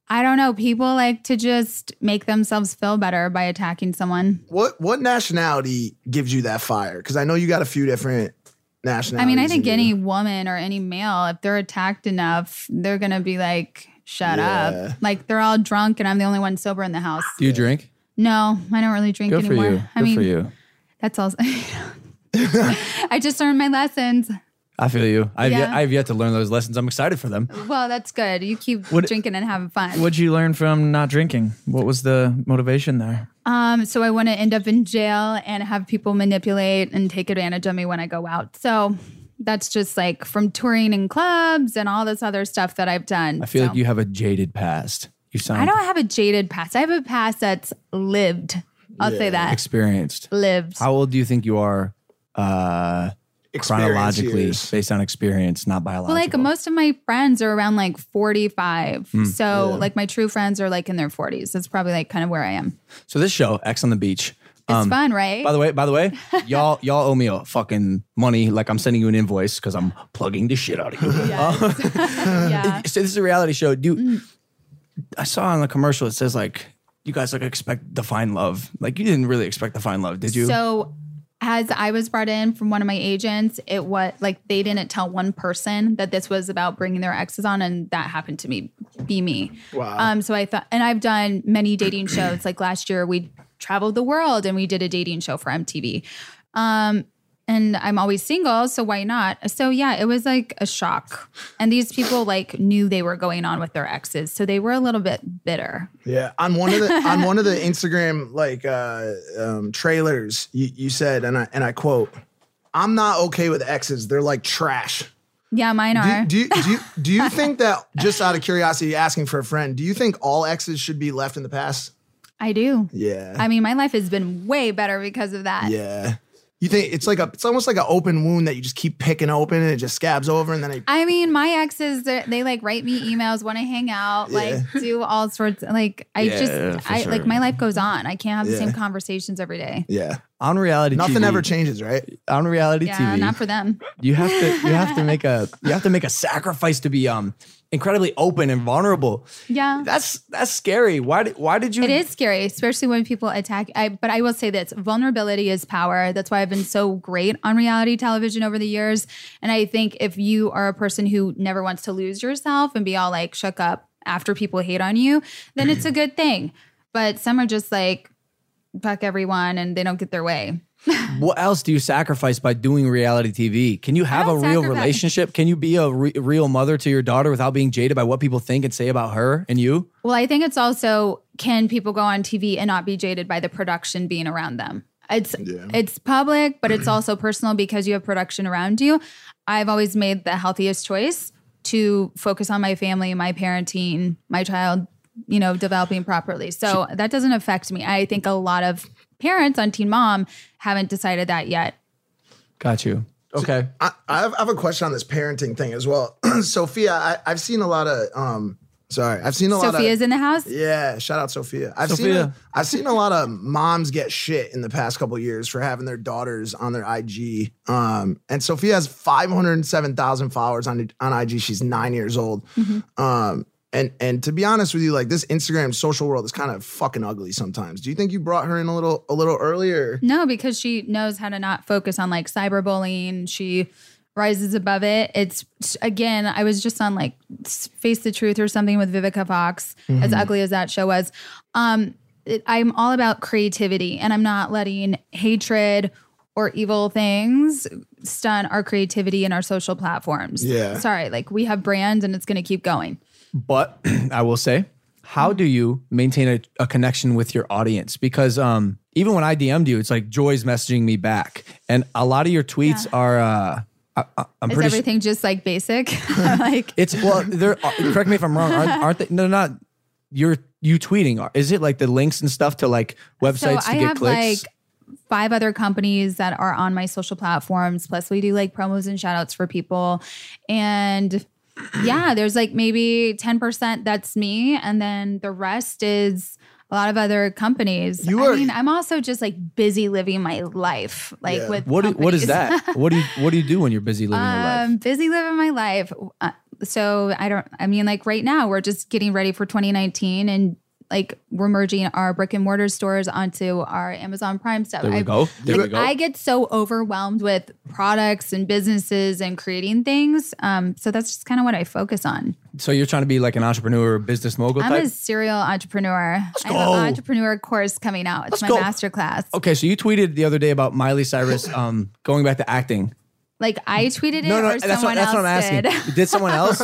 Speaker 1: I don't know. People like to just make themselves feel better by attacking someone.
Speaker 2: What what nationality gives you that fire? Because I know you got a few different
Speaker 1: I
Speaker 2: nationalities.
Speaker 1: mean, I think
Speaker 2: in you.
Speaker 1: any woman or any male, if they're attacked enough, they're gonna be like, "Shut
Speaker 2: Yeah.
Speaker 1: up!" Like they're all drunk, and I'm the only one sober in the house.
Speaker 3: Do you drink?
Speaker 1: No, I don't really drink
Speaker 3: Good for
Speaker 1: anymore.
Speaker 3: you.
Speaker 1: I
Speaker 3: Good
Speaker 1: mean,
Speaker 3: for you.
Speaker 1: that's all. I just learned my lessons.
Speaker 3: I feel you. I've yet
Speaker 1: Yeah.
Speaker 3: I've yet to learn those lessons. I'm excited for them.
Speaker 1: Well, that's good. You keep
Speaker 4: What-
Speaker 1: drinking and having fun.
Speaker 4: What'd you learn from not drinking? What was the motivation there?
Speaker 1: Um, so I want to end up in jail and have people manipulate and take advantage of me when I go out. So that's just like from touring in clubs and all this other stuff that I've done.
Speaker 3: I feel
Speaker 1: So-
Speaker 3: like you have a jaded past. You sound
Speaker 1: I don't have a jaded past. I have a past that's lived. I'll say that.
Speaker 3: experienced.
Speaker 1: Lived.
Speaker 3: How old do you think you are uh,
Speaker 2: Experience
Speaker 3: chronologically
Speaker 2: years.
Speaker 3: based on experience, not biological?
Speaker 1: Well, like most of my friends are around like 45.
Speaker 3: Hmm.
Speaker 1: so, like, my true friends are like in their 40s. That's probably like kind of where I am.
Speaker 3: so this show, X on the Beach.
Speaker 1: It's fun, right?
Speaker 3: Um, By the way, by the way, y'all y'all owe me a fucking money. Like I'm sending you an invoice because I'm plugging the shit out of you.
Speaker 1: yeah.
Speaker 3: so this is a reality show. Do
Speaker 1: Mm.
Speaker 3: I saw on the commercial it says like you guys like expect to find love. Like you didn't really expect to find love, did you?
Speaker 1: So, as I was brought in from one of my agents, it was like they didn't tell one person that this was about bringing their exes on, and that happened to me, be me. Wow. Um. So I thought, and I've done many dating shows. Like last year, we traveled the world and we did a dating show for MTV. Um. And I'm always single, so why not? So yeah, it was like a shock. And these people like knew they were going on with their exes, so they were a little bit bitter.
Speaker 2: Yeah, on one of the on one of the Instagram like uh, um, trailers, you, you said, and I and I quote, "I'm not okay with exes. They're like trash."
Speaker 1: Yeah, mine
Speaker 2: Do,
Speaker 1: are.
Speaker 2: you- do you do you, do you think that just out of curiosity, asking for a friend, do you think all exes should be left in the past?
Speaker 1: I do.
Speaker 2: Yeah,
Speaker 1: I mean, my life has been way better because of that.
Speaker 2: yeah. You think it's like a it's almost like an open wound that you just keep picking open and it just scabs over and then it,
Speaker 1: I mean, my exes, they're- they like write me emails, want to hang out, like do all sorts. Like, I
Speaker 3: Yeah,
Speaker 1: just,
Speaker 3: for
Speaker 1: I
Speaker 3: sure.
Speaker 1: like my life goes on. I can't have the same
Speaker 2: Yeah.
Speaker 1: conversations every day.
Speaker 2: yeah.
Speaker 3: on reality
Speaker 2: Nothing
Speaker 3: TV,
Speaker 2: ever changes, right?
Speaker 3: on reality
Speaker 1: Yeah,
Speaker 3: TV.
Speaker 1: not for them.
Speaker 3: you have to you have to make a you have to make a sacrifice to be um incredibly open and vulnerable.
Speaker 1: Yeah.
Speaker 3: That's that's scary. Why did why did you
Speaker 1: It is scary, especially when people attack. I, but I will say this vulnerability is power. That's why I've been so great on reality television over the years. And I think if you are a person who never wants to lose yourself and be all like shook up after people hate on you, then it's a good thing. But some are just like, fuck everyone and they don't get their way.
Speaker 3: what else do you sacrifice by doing reality TV? Can you have a
Speaker 1: don't
Speaker 3: real
Speaker 1: sacrifice-
Speaker 3: relationship? Can you be a re- real mother to your daughter without being jaded by what people think and say about her and you?
Speaker 1: Well, I think it's also can people go on TV and not be jaded by the production being around them? It's it's public, but it's also personal because you have production around you. I've always made the healthiest choice to focus on my family, my parenting, my child, you know, developing properly. So that doesn't affect me. I think a lot of parents on Teen Mom haven't decided that yet.
Speaker 3: Got you. Okay.
Speaker 2: I, I, have, I have a question on this parenting thing as well. Sophia, I, I've seen a lot of um sorry, I've seen a lot of
Speaker 1: Sophia's in the house.
Speaker 2: Yeah, shout out Sophia. I've seen
Speaker 4: Sophia.
Speaker 2: a, I've seen a lot of moms get shit in the past couple years for having their daughters on their IG. Um, and Sophia has five hundred seven thousand followers on on IG. She's nine years old. Um, and and to be honest with you, like this Instagram social world is kind of fucking ugly sometimes. Do you think you brought her in a little a little earlier?
Speaker 1: No, because she knows how to not focus on like cyberbullying. She rises above it. It's again, I was just on like S- Face the Truth or something with Vivica Fox,
Speaker 3: Mm-hmm.
Speaker 1: as ugly as that show was. Um, it, I'm all about creativity and I'm not letting hatred or evil things stun our creativity and our social platforms.
Speaker 2: Yeah.
Speaker 1: Sorry, like we have brands and it's going to keep going.
Speaker 3: But I will say, how do you maintain a, a connection with your audience? Because um, even when I DM'd you, it's like Joy's messaging me back, and a lot of your tweets are. Uh, I, I- I'm
Speaker 1: Is
Speaker 3: pretty. su-
Speaker 1: everything just like basic? like
Speaker 3: it's well. They're uh, correct me if I'm wrong. Aren't, aren't they? No, not you're you tweeting. are- Is it like the links and stuff to like websites
Speaker 1: so
Speaker 3: to
Speaker 1: I
Speaker 3: get
Speaker 1: have
Speaker 3: clicks?
Speaker 1: like five other companies that are on my social platforms. Plus, we do like promos and shout outs for people. And yeah, there's like maybe 10% that's me. And then the rest is a lot of other companies.
Speaker 2: You
Speaker 1: I
Speaker 2: are-
Speaker 1: mean, I'm also just like busy living my life. Like
Speaker 2: Yeah.
Speaker 1: with
Speaker 3: what do, what is
Speaker 1: companies.
Speaker 3: that? what do you what do you do when you're busy living your life?
Speaker 1: Um, busy living my life. Uh, so I don't. I mean, like right now, we're just getting ready for 2019, and like we're merging our brick and mortar stores onto our Amazon Prime stuff.
Speaker 3: There we
Speaker 1: I-
Speaker 3: go. There
Speaker 1: like,
Speaker 3: we go.
Speaker 1: I get so overwhelmed with products and businesses and creating things. Um, so that's just kind of what I focus on.
Speaker 3: so you're trying to be like an entrepreneur, or business mogul
Speaker 1: I'm
Speaker 3: type.
Speaker 1: a serial entrepreneur. I have
Speaker 3: go.
Speaker 1: an entrepreneur course coming out. It's
Speaker 3: Let's
Speaker 1: my
Speaker 3: go.
Speaker 1: master class.
Speaker 3: Okay, so you tweeted the other day about Miley Cyrus um, going back to acting.
Speaker 1: Like I tweeted it
Speaker 9: No, no,
Speaker 1: or
Speaker 9: that's what,
Speaker 1: someone
Speaker 9: that's what I'm
Speaker 1: else
Speaker 9: asking.
Speaker 1: did.
Speaker 9: Did someone else?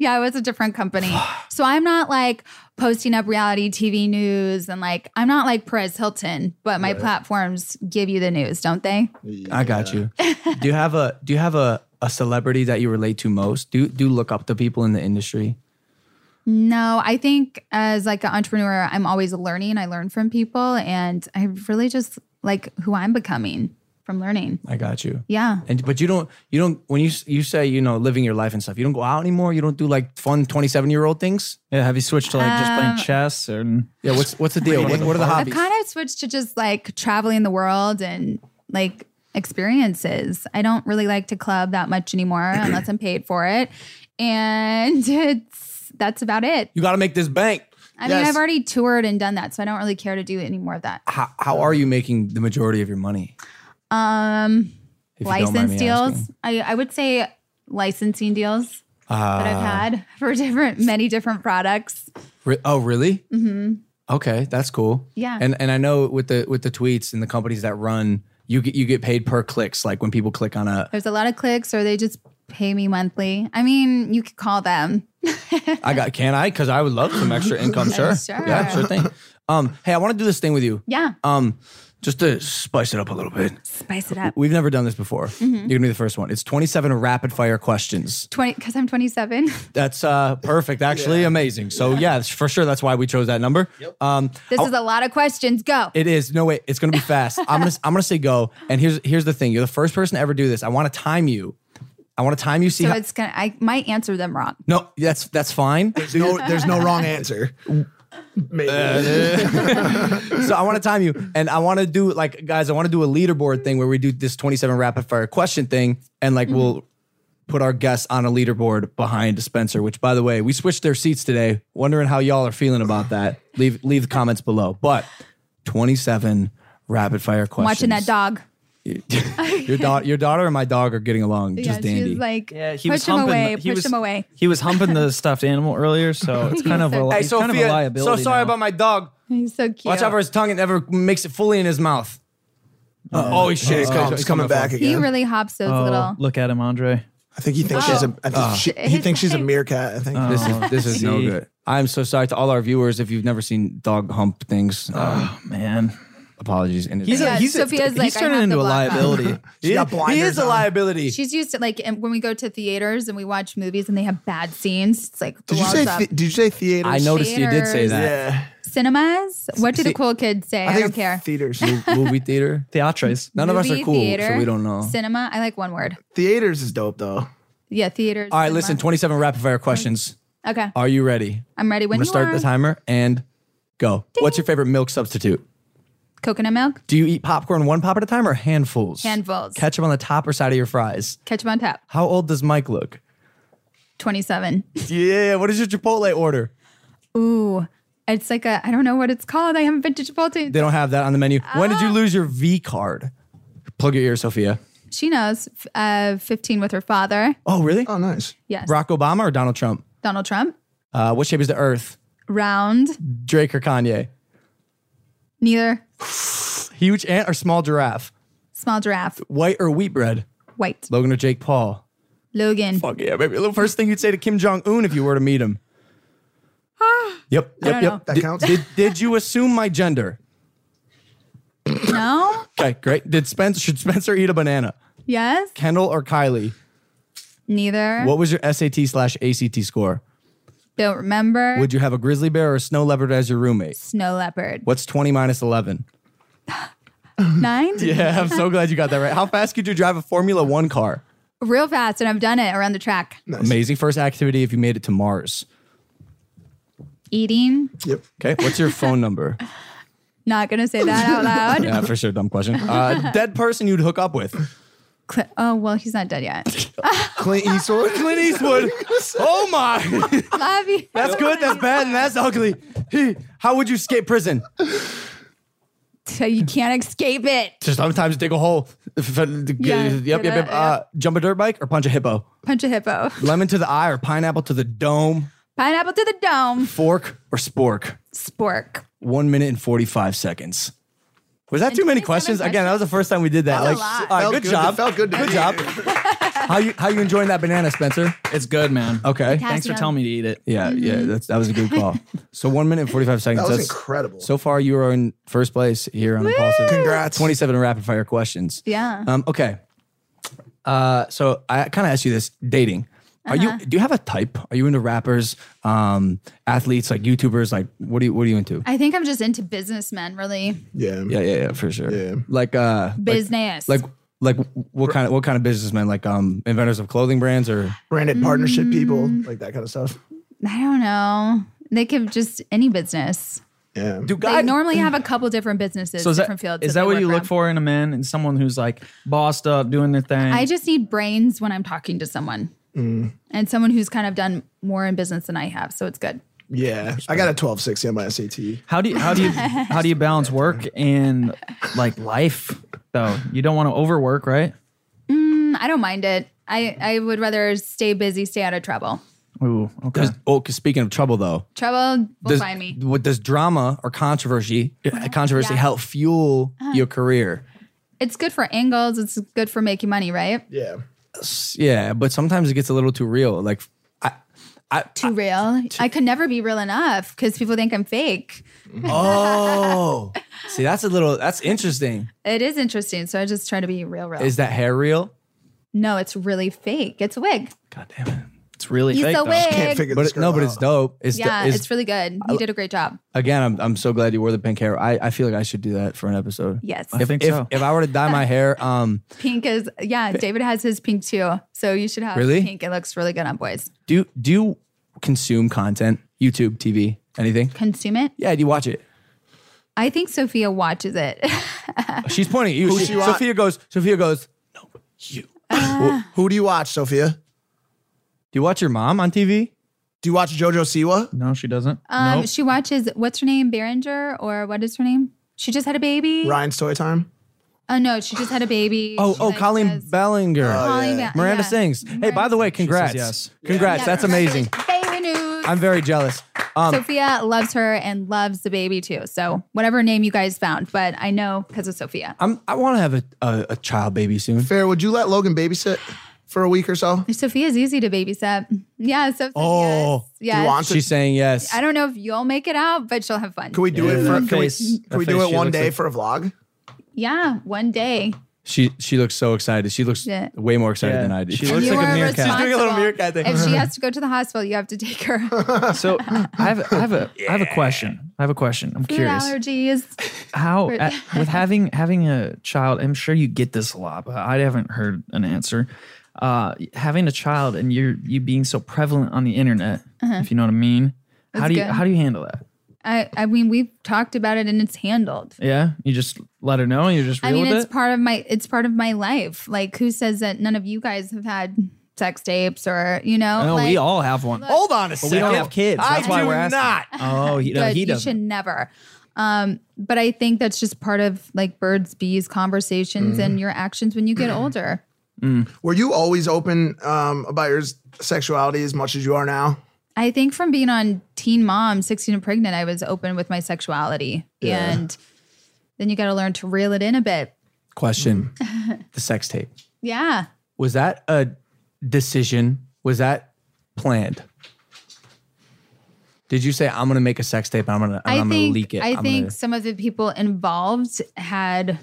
Speaker 1: yeah, it was a different company. so I'm not like posting up reality TV news and like I'm not like Perez Hilton, but my platforms give you the news, don't they?
Speaker 3: I got you. do you have a Do you have a a celebrity that you relate to most? Do Do you look up to people in the industry?
Speaker 1: No, I think as like an entrepreneur, I'm always learning. I learn from people and I really just like who I'm becoming from learning.
Speaker 3: I got you.
Speaker 1: Yeah.
Speaker 3: And but you don't you don't when you s- you say you know living your life and stuff you don't go out anymore you don't do like fun twenty seven year old things
Speaker 4: Yeah, have you switched to like just playing
Speaker 1: Um,
Speaker 4: chess and
Speaker 3: yeah what's what's the deal what, what are the
Speaker 1: I've
Speaker 3: hobbies
Speaker 1: kind of switched to just like traveling the world and like experiences. I don't really like to club that much anymore unless I'm paid for it. And it's that's about it.
Speaker 3: you got to make this bank
Speaker 1: I mean,
Speaker 2: Yes.
Speaker 1: I've already toured and done that, so I don't really care to do any more of that.
Speaker 3: how how are you making the majority of your money
Speaker 1: Um
Speaker 3: if you don't mind
Speaker 1: license
Speaker 3: me
Speaker 1: deals.
Speaker 3: asking?
Speaker 1: I, I would say licensing deals that I've
Speaker 3: Ah.
Speaker 1: had for different many different products.
Speaker 3: Re- oh really mm-hmm. okay that's cool
Speaker 1: Yeah.
Speaker 3: and and I know with the with the tweets and the companies that run you get you get paid per clicks like when people click on a
Speaker 1: There's a lot of clicks or they just pay me monthly. I mean, you could call them.
Speaker 3: I got can I because I would love some extra income sure
Speaker 1: Sure.
Speaker 3: yeah sure thing um hey I want to do this thing with you
Speaker 1: Yeah.
Speaker 3: um just to spice it up a little bit
Speaker 1: Spice it up.
Speaker 3: We've never done this before.
Speaker 1: Mm-hmm.
Speaker 3: You're gonna be the first one. It's 27 rapid fire questions.
Speaker 1: 20 because I'm 27.
Speaker 3: That's uh, perfect, actually, amazing. So yeah, that's- for sure, that's why we chose that number. Um,
Speaker 1: This is a lot of questions. Go.
Speaker 3: it is no wait. It's gonna be fast. I'm gonna I'm gonna say go. And here's here's the thing. You're the first person to ever do this. I want to time you. I want to time you. See
Speaker 1: so
Speaker 3: how-
Speaker 1: it's gonna I might answer them wrong.
Speaker 3: no, that's that's fine.
Speaker 2: There's no, there's no wrong answer. Maybe.
Speaker 3: Uh, so I want to time you, and I want to do like guys. I want to do a leaderboard thing where we do this 27 rapid fire question thing, and like we'll
Speaker 1: Mm-hmm.
Speaker 3: put our guests on a leaderboard behind Spencer. Which, by the way, we switched their seats today. Wondering how y'all are feeling about that. leave leave the comments below. But 27 rapid fire questions.
Speaker 1: Watching that dog.
Speaker 3: your daughter, your daughter, and my dog are getting along just
Speaker 1: yeah,
Speaker 3: dandy.
Speaker 1: she was like
Speaker 4: yeah, he
Speaker 1: push
Speaker 4: was
Speaker 1: him
Speaker 4: humping.
Speaker 1: away,
Speaker 4: the, he
Speaker 1: push
Speaker 4: was,
Speaker 1: him away.
Speaker 4: He was humping the stuffed animal earlier, so it's kind of a
Speaker 3: hey,
Speaker 4: he's kind of a
Speaker 3: Sophia, so
Speaker 4: liability.
Speaker 3: sorry
Speaker 4: now.
Speaker 3: about my dog.
Speaker 1: He's so cute.
Speaker 3: Watch out for his tongue; it never makes it fully in his mouth. Uh, oh shit!
Speaker 2: He's,
Speaker 3: it's
Speaker 2: coming,
Speaker 3: coming.
Speaker 2: he's coming back
Speaker 1: he
Speaker 2: again.
Speaker 1: really hops those
Speaker 4: Oh,
Speaker 1: little
Speaker 4: Look at him, Andre.
Speaker 2: I think he thinks she's a.
Speaker 1: Oh.
Speaker 2: I think she, he
Speaker 1: His
Speaker 2: thinks she's a
Speaker 1: face.
Speaker 2: meerkat. I think.
Speaker 3: This is this is no
Speaker 4: See?
Speaker 3: good. I'm so sorry to all our viewers if you've never seen dog hump things. Uh,
Speaker 4: Man,
Speaker 3: apologies. In advance.
Speaker 4: he's a,
Speaker 1: Yeah,
Speaker 4: he's, a,
Speaker 1: Sophia's
Speaker 4: he's
Speaker 1: like, I
Speaker 4: turning
Speaker 1: have
Speaker 4: into
Speaker 1: the
Speaker 4: a
Speaker 1: black eye.
Speaker 4: liability.
Speaker 3: he,
Speaker 2: got
Speaker 3: he is
Speaker 2: blinders
Speaker 3: a
Speaker 2: on.
Speaker 3: liability.
Speaker 1: She's used to like and when we go to theaters and we watch movies and they have bad scenes. It's like the
Speaker 2: Did you
Speaker 1: walls
Speaker 2: say?
Speaker 1: up.
Speaker 2: Th- did you say theaters?
Speaker 3: I noticed you did say
Speaker 1: Theaters.
Speaker 3: that.
Speaker 2: Yeah.
Speaker 1: cinemas? What do the
Speaker 3: See-
Speaker 1: cool kids say? I, don't care.
Speaker 2: Theaters.
Speaker 3: Movie theater.
Speaker 4: Theatres.
Speaker 3: None of us
Speaker 1: Movie,
Speaker 3: are cool,
Speaker 1: theater,
Speaker 3: so we don't know.
Speaker 1: Cinema. I like one word.
Speaker 2: theaters is dope though.
Speaker 1: Yeah, theaters.
Speaker 3: all right, listen. 27 rapid fire questions.
Speaker 1: Okay,
Speaker 3: Are you ready?
Speaker 1: I'm ready.
Speaker 3: I'm
Speaker 1: When
Speaker 3: gonna
Speaker 1: you
Speaker 3: start
Speaker 1: are.
Speaker 3: the timer and go. What's your favorite milk substitute?
Speaker 1: Coconut milk,
Speaker 3: Do you eat popcorn one pop at a time or handfuls?
Speaker 1: Handfuls.
Speaker 3: Ketchup on the top or side of your fries.
Speaker 1: catch 'em on tap.
Speaker 3: How old does Mike look?
Speaker 1: 27.
Speaker 3: Yeah. What is your Chipotle order?
Speaker 1: Ooh, it's like a I don't know what it's called. I haven't been to Chipotle.
Speaker 3: They don't have that on the menu. When did you
Speaker 1: Uh,
Speaker 3: lose your V card? Plug your ear, Sophia.
Speaker 1: she knows. f- Uh, 15 with her father.
Speaker 3: Oh, really?
Speaker 2: Oh, nice.
Speaker 1: Yes.
Speaker 3: Barack Obama or Donald Trump?
Speaker 1: Donald Trump.
Speaker 3: Uh, what shape is the Earth?
Speaker 1: Round.
Speaker 3: Drake or Kanye?
Speaker 1: Neither.
Speaker 3: Huge ant or small giraffe?
Speaker 1: Small giraffe.
Speaker 3: White or wheat bread?
Speaker 1: White.
Speaker 3: Logan or Jake Paul?
Speaker 1: Logan.
Speaker 3: Fuck yeah, baby. The first thing you'd say to Kim Jong Un if you were to meet him. yep, yep,
Speaker 1: don't know.
Speaker 3: yep.
Speaker 2: That
Speaker 3: Did-
Speaker 2: counts?
Speaker 3: Did, did you assume my gender?
Speaker 1: No.
Speaker 3: Okay, great. Did Spencer should Spencer eat a banana?
Speaker 1: Yes.
Speaker 3: Kendall or Kylie?
Speaker 1: Neither.
Speaker 3: What was your SAT slash ACT score?
Speaker 1: Don't remember.
Speaker 3: Would you have a grizzly bear or a snow leopard as your roommate?
Speaker 1: Snow leopard.
Speaker 3: What's 20 minus 11?
Speaker 1: Nine.
Speaker 3: Yeah, I'm so glad you got that right. How fast could you drive a Formula One car?
Speaker 1: Real fast, and I've done it around the track.
Speaker 3: Amazing first activity if you made it to Mars.
Speaker 1: Eating.
Speaker 2: Yep.
Speaker 3: Okay, what's your phone number?
Speaker 1: Not gonna say that out loud.
Speaker 3: Yeah, for sure, dumb question. Uh, dead person you'd hook up with.
Speaker 1: Cl- oh well, he's not dead yet.
Speaker 2: Clint Eastwood.
Speaker 3: Clint Eastwood. Oh my.
Speaker 1: Love you.
Speaker 3: That's good, that's bad, and that's ugly. He- How would you escape prison?
Speaker 1: So you can't escape it.
Speaker 3: Just sometimes dig a hole. F- f-
Speaker 1: Yeah,
Speaker 3: yep, yep, yep. Uh, jump a dirt bike or punch a hippo?
Speaker 1: Punch a hippo.
Speaker 3: Lemon to the eye or pineapple to the dome?
Speaker 1: Pineapple to the dome.
Speaker 3: Fork or spork?
Speaker 1: Spork.
Speaker 3: One minute and 45 seconds. Was that too many
Speaker 1: 27
Speaker 3: questions? Again, that was the first time we did that.
Speaker 1: That
Speaker 3: like,
Speaker 1: was a lot.
Speaker 3: all right,
Speaker 2: Felt
Speaker 3: good
Speaker 2: good to-
Speaker 3: job.
Speaker 2: felt good to
Speaker 3: Good
Speaker 2: me.
Speaker 3: job. How you how you enjoying that banana, Spencer?
Speaker 4: It's good, man.
Speaker 3: Okay.
Speaker 4: Thanks for
Speaker 1: Potassium.
Speaker 4: telling me to eat it.
Speaker 3: Yeah, yeah, that's, that was a good call. So one minute and forty five seconds.
Speaker 2: That was
Speaker 3: That's-
Speaker 2: incredible.
Speaker 3: So far, you are in first place here on Impulsive.
Speaker 2: Congrats.
Speaker 3: Twenty seven rapid fire questions.
Speaker 1: Yeah.
Speaker 3: Um. Okay. Uh. So I kind of asked you this dating. Are
Speaker 1: Uh-huh.
Speaker 3: you do you have a type? Are you into rappers, um, athletes, like YouTubers? Like, what do you what are you into?
Speaker 1: I think I'm just into businessmen, really.
Speaker 2: yeah.
Speaker 3: yeah, yeah, yeah, for sure.
Speaker 2: Yeah.
Speaker 3: Like, uh, like-
Speaker 1: Business.
Speaker 3: like, like, what kind of what kind of businessmen? Like, um, inventors of clothing brands or
Speaker 2: Branded partnership people, like that kind of stuff.
Speaker 1: I don't know. They could just any business.
Speaker 2: Yeah.
Speaker 3: do
Speaker 1: They normally have a couple different businesses,
Speaker 4: So is
Speaker 1: different
Speaker 4: that,
Speaker 1: fields.
Speaker 4: is
Speaker 1: they
Speaker 4: that what
Speaker 1: work
Speaker 4: you look
Speaker 1: from.
Speaker 4: for in a man and someone who's like bossed up, doing their thing?
Speaker 1: I just need brains when I'm talking to someone and someone who's kind of done more in business than I have. So it's good.
Speaker 2: Yeah. I got a 1260 on my SAT.
Speaker 4: how do you how do you how do you balance work and like life though? You don't want to overwork, right?
Speaker 1: Mm, I don't mind it. I, I would rather stay busy, stay out of trouble.
Speaker 4: Ooh, okay.
Speaker 3: Does, oh, 'cause speaking of trouble, though,
Speaker 1: Trouble will
Speaker 3: does,
Speaker 1: find me.
Speaker 3: what- does drama or controversy uh, controversy
Speaker 1: Yeah. Uh-huh.
Speaker 3: help fuel your career?
Speaker 1: It's good for angles. It's good for making money, right?
Speaker 2: Yeah.
Speaker 3: Yeah, but sometimes it gets a little too real. Like, I, I
Speaker 1: Too real. I could never be real enough because people think I'm fake.
Speaker 3: oh, see, that's a little that's interesting.
Speaker 1: It is interesting. So I just try to be real, real.
Speaker 3: Is that hair real?
Speaker 1: no, it's really fake. It's a wig.
Speaker 3: God damn it!
Speaker 4: It's really
Speaker 1: He's
Speaker 4: fake,
Speaker 1: a
Speaker 4: though.
Speaker 2: Can't
Speaker 1: wig.
Speaker 2: figure
Speaker 3: But
Speaker 2: this
Speaker 3: it,
Speaker 2: girl
Speaker 3: no, but
Speaker 2: out.
Speaker 3: it's dope. It's
Speaker 1: Yeah,
Speaker 3: it's,
Speaker 1: it's really good. He did a great job.
Speaker 3: again. I'm I'm so glad you wore the pink hair. I I feel like I should do that for an episode.
Speaker 1: Yes.
Speaker 4: I
Speaker 3: If,
Speaker 4: think
Speaker 3: if,
Speaker 4: so.
Speaker 3: if I were to dye my hair, um,
Speaker 1: Pink is yeah. David has his pink too, so you should have
Speaker 3: Really?
Speaker 1: pink. It looks really good on boys.
Speaker 3: do you- do you consume content, YouTube, TV, anything?
Speaker 1: Consume it.
Speaker 3: Yeah, do you watch it?
Speaker 1: I think Sophia watches it.
Speaker 3: She's pointing at you. She-
Speaker 2: she wa-
Speaker 3: Sophia goes. Sophia goes. No, you. Do
Speaker 2: Who do you watch, Sophia?
Speaker 3: you watch your mom on TV?
Speaker 2: Do you watch JoJo Siwa?
Speaker 4: No, she doesn't.
Speaker 1: Um,
Speaker 4: Nope.
Speaker 1: She watches what's her name, Behringer, or what is her name? She just had a baby.
Speaker 2: Ryan's Toy Time?
Speaker 1: Oh no, she just had a baby.
Speaker 3: Oh,
Speaker 1: She,
Speaker 3: oh,
Speaker 1: like,
Speaker 3: Colleen
Speaker 1: does-
Speaker 3: Bellinger,
Speaker 4: Oh,
Speaker 1: Colleen Ba-
Speaker 3: Miranda
Speaker 1: yeah.
Speaker 3: sings. Hey, by the way, congrats.
Speaker 4: yes.
Speaker 3: Congrats.
Speaker 1: Yeah,
Speaker 3: That's amazing.
Speaker 1: congratulations. Baby news.
Speaker 3: I'm very jealous. Um,
Speaker 1: Sophia loves her and loves the baby too. So whatever name you guys found, but I know because of Sophia.
Speaker 3: I'm, I want to have a, a, a child baby soon.
Speaker 2: Fair, would you let Logan babysit for a week or so?
Speaker 1: Sophia's easy to babysit. Yeah, so
Speaker 3: Oh,
Speaker 1: yes.
Speaker 2: you want to?
Speaker 3: She's saying yes.
Speaker 1: I don't know if you'll make it out, but she'll have fun.
Speaker 2: Can we do it
Speaker 4: Yeah,
Speaker 2: for
Speaker 4: that
Speaker 2: can we,
Speaker 4: face-
Speaker 2: can we
Speaker 4: that
Speaker 2: do
Speaker 4: face
Speaker 2: it
Speaker 4: she
Speaker 2: one
Speaker 4: looks
Speaker 2: day
Speaker 4: like-
Speaker 2: for a vlog?
Speaker 1: Yeah, one day.
Speaker 3: She she looks so excited. She looks
Speaker 1: Yeah.
Speaker 3: way more excited
Speaker 4: Yeah.
Speaker 3: than I do.
Speaker 4: She
Speaker 3: She
Speaker 4: looks-
Speaker 1: you
Speaker 4: like a
Speaker 1: are
Speaker 4: meerkat.
Speaker 3: doing
Speaker 4: She's
Speaker 3: a little
Speaker 1: responsible.
Speaker 3: meerkat thing.
Speaker 1: If she has to go to the hospital, you have to take her.
Speaker 4: So I have I have a I have a question. I have a question. I'm
Speaker 1: Food
Speaker 4: curious.
Speaker 1: allergies.
Speaker 4: How
Speaker 1: for-
Speaker 4: at- with having having a child, I'm sure you get this a lot, but I haven't heard an answer. Uh, having a child and you're you being so prevalent on the internet, if you know what I mean.
Speaker 1: Uh-huh.
Speaker 4: how
Speaker 1: That's
Speaker 4: do you
Speaker 1: good.
Speaker 4: how do you handle that?
Speaker 1: I, I mean, we've talked about it and it's handled.
Speaker 4: Yeah, you just let her know and you just real
Speaker 1: I mean,
Speaker 4: with
Speaker 1: it's
Speaker 4: it.
Speaker 1: part of my it's part of my life. Like, who says that none of you guys have had sex tapes or you know?
Speaker 4: no,
Speaker 1: like,
Speaker 4: we all have one.
Speaker 3: Hold on a second.
Speaker 4: we don't have kids.
Speaker 3: I
Speaker 4: That's why
Speaker 3: do
Speaker 4: we're asking.
Speaker 3: not.
Speaker 4: Oh, he, no,
Speaker 1: good.
Speaker 4: he
Speaker 1: you
Speaker 4: doesn't.
Speaker 1: should never. Um, but I think that's just part of like birds, bees,
Speaker 4: Mm.
Speaker 1: conversations, and your actions when you get older.
Speaker 2: Were you always open um, about your sexuality as much as you are now?
Speaker 1: I think from being on Teen Mom, 16 and pregnant, I was open with my sexuality. And then you got to learn to reel it in a bit.
Speaker 3: Question: The sex tape
Speaker 1: Yeah.
Speaker 3: was that a decision? Was that planned? Did you say I'm going to make a sex tape? and I'm going to
Speaker 1: I
Speaker 3: I'm going to
Speaker 1: think
Speaker 3: leak it.
Speaker 1: I
Speaker 3: I'm
Speaker 1: think
Speaker 3: gonna-"
Speaker 1: some of the people involved had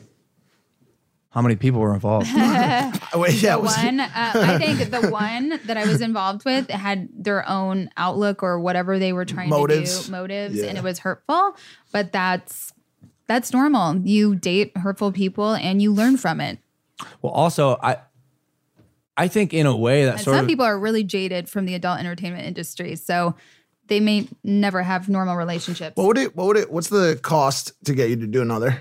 Speaker 3: How many people were involved?
Speaker 2: Oh, wait, yeah, it was,
Speaker 1: one. Uh, I think the one that I was involved with had their own outlook or whatever they were trying to
Speaker 2: Motives.
Speaker 1: do, motives, and
Speaker 2: Yeah.
Speaker 1: it was hurtful. But that's that's normal. You date hurtful people and you learn from it.
Speaker 3: well, also I I think in a way that
Speaker 1: And
Speaker 3: sort
Speaker 1: some
Speaker 3: of
Speaker 1: people are really jaded from the adult entertainment industry, so they may never have normal relationships.
Speaker 2: what would it? What would it? What's the cost to get you to do another?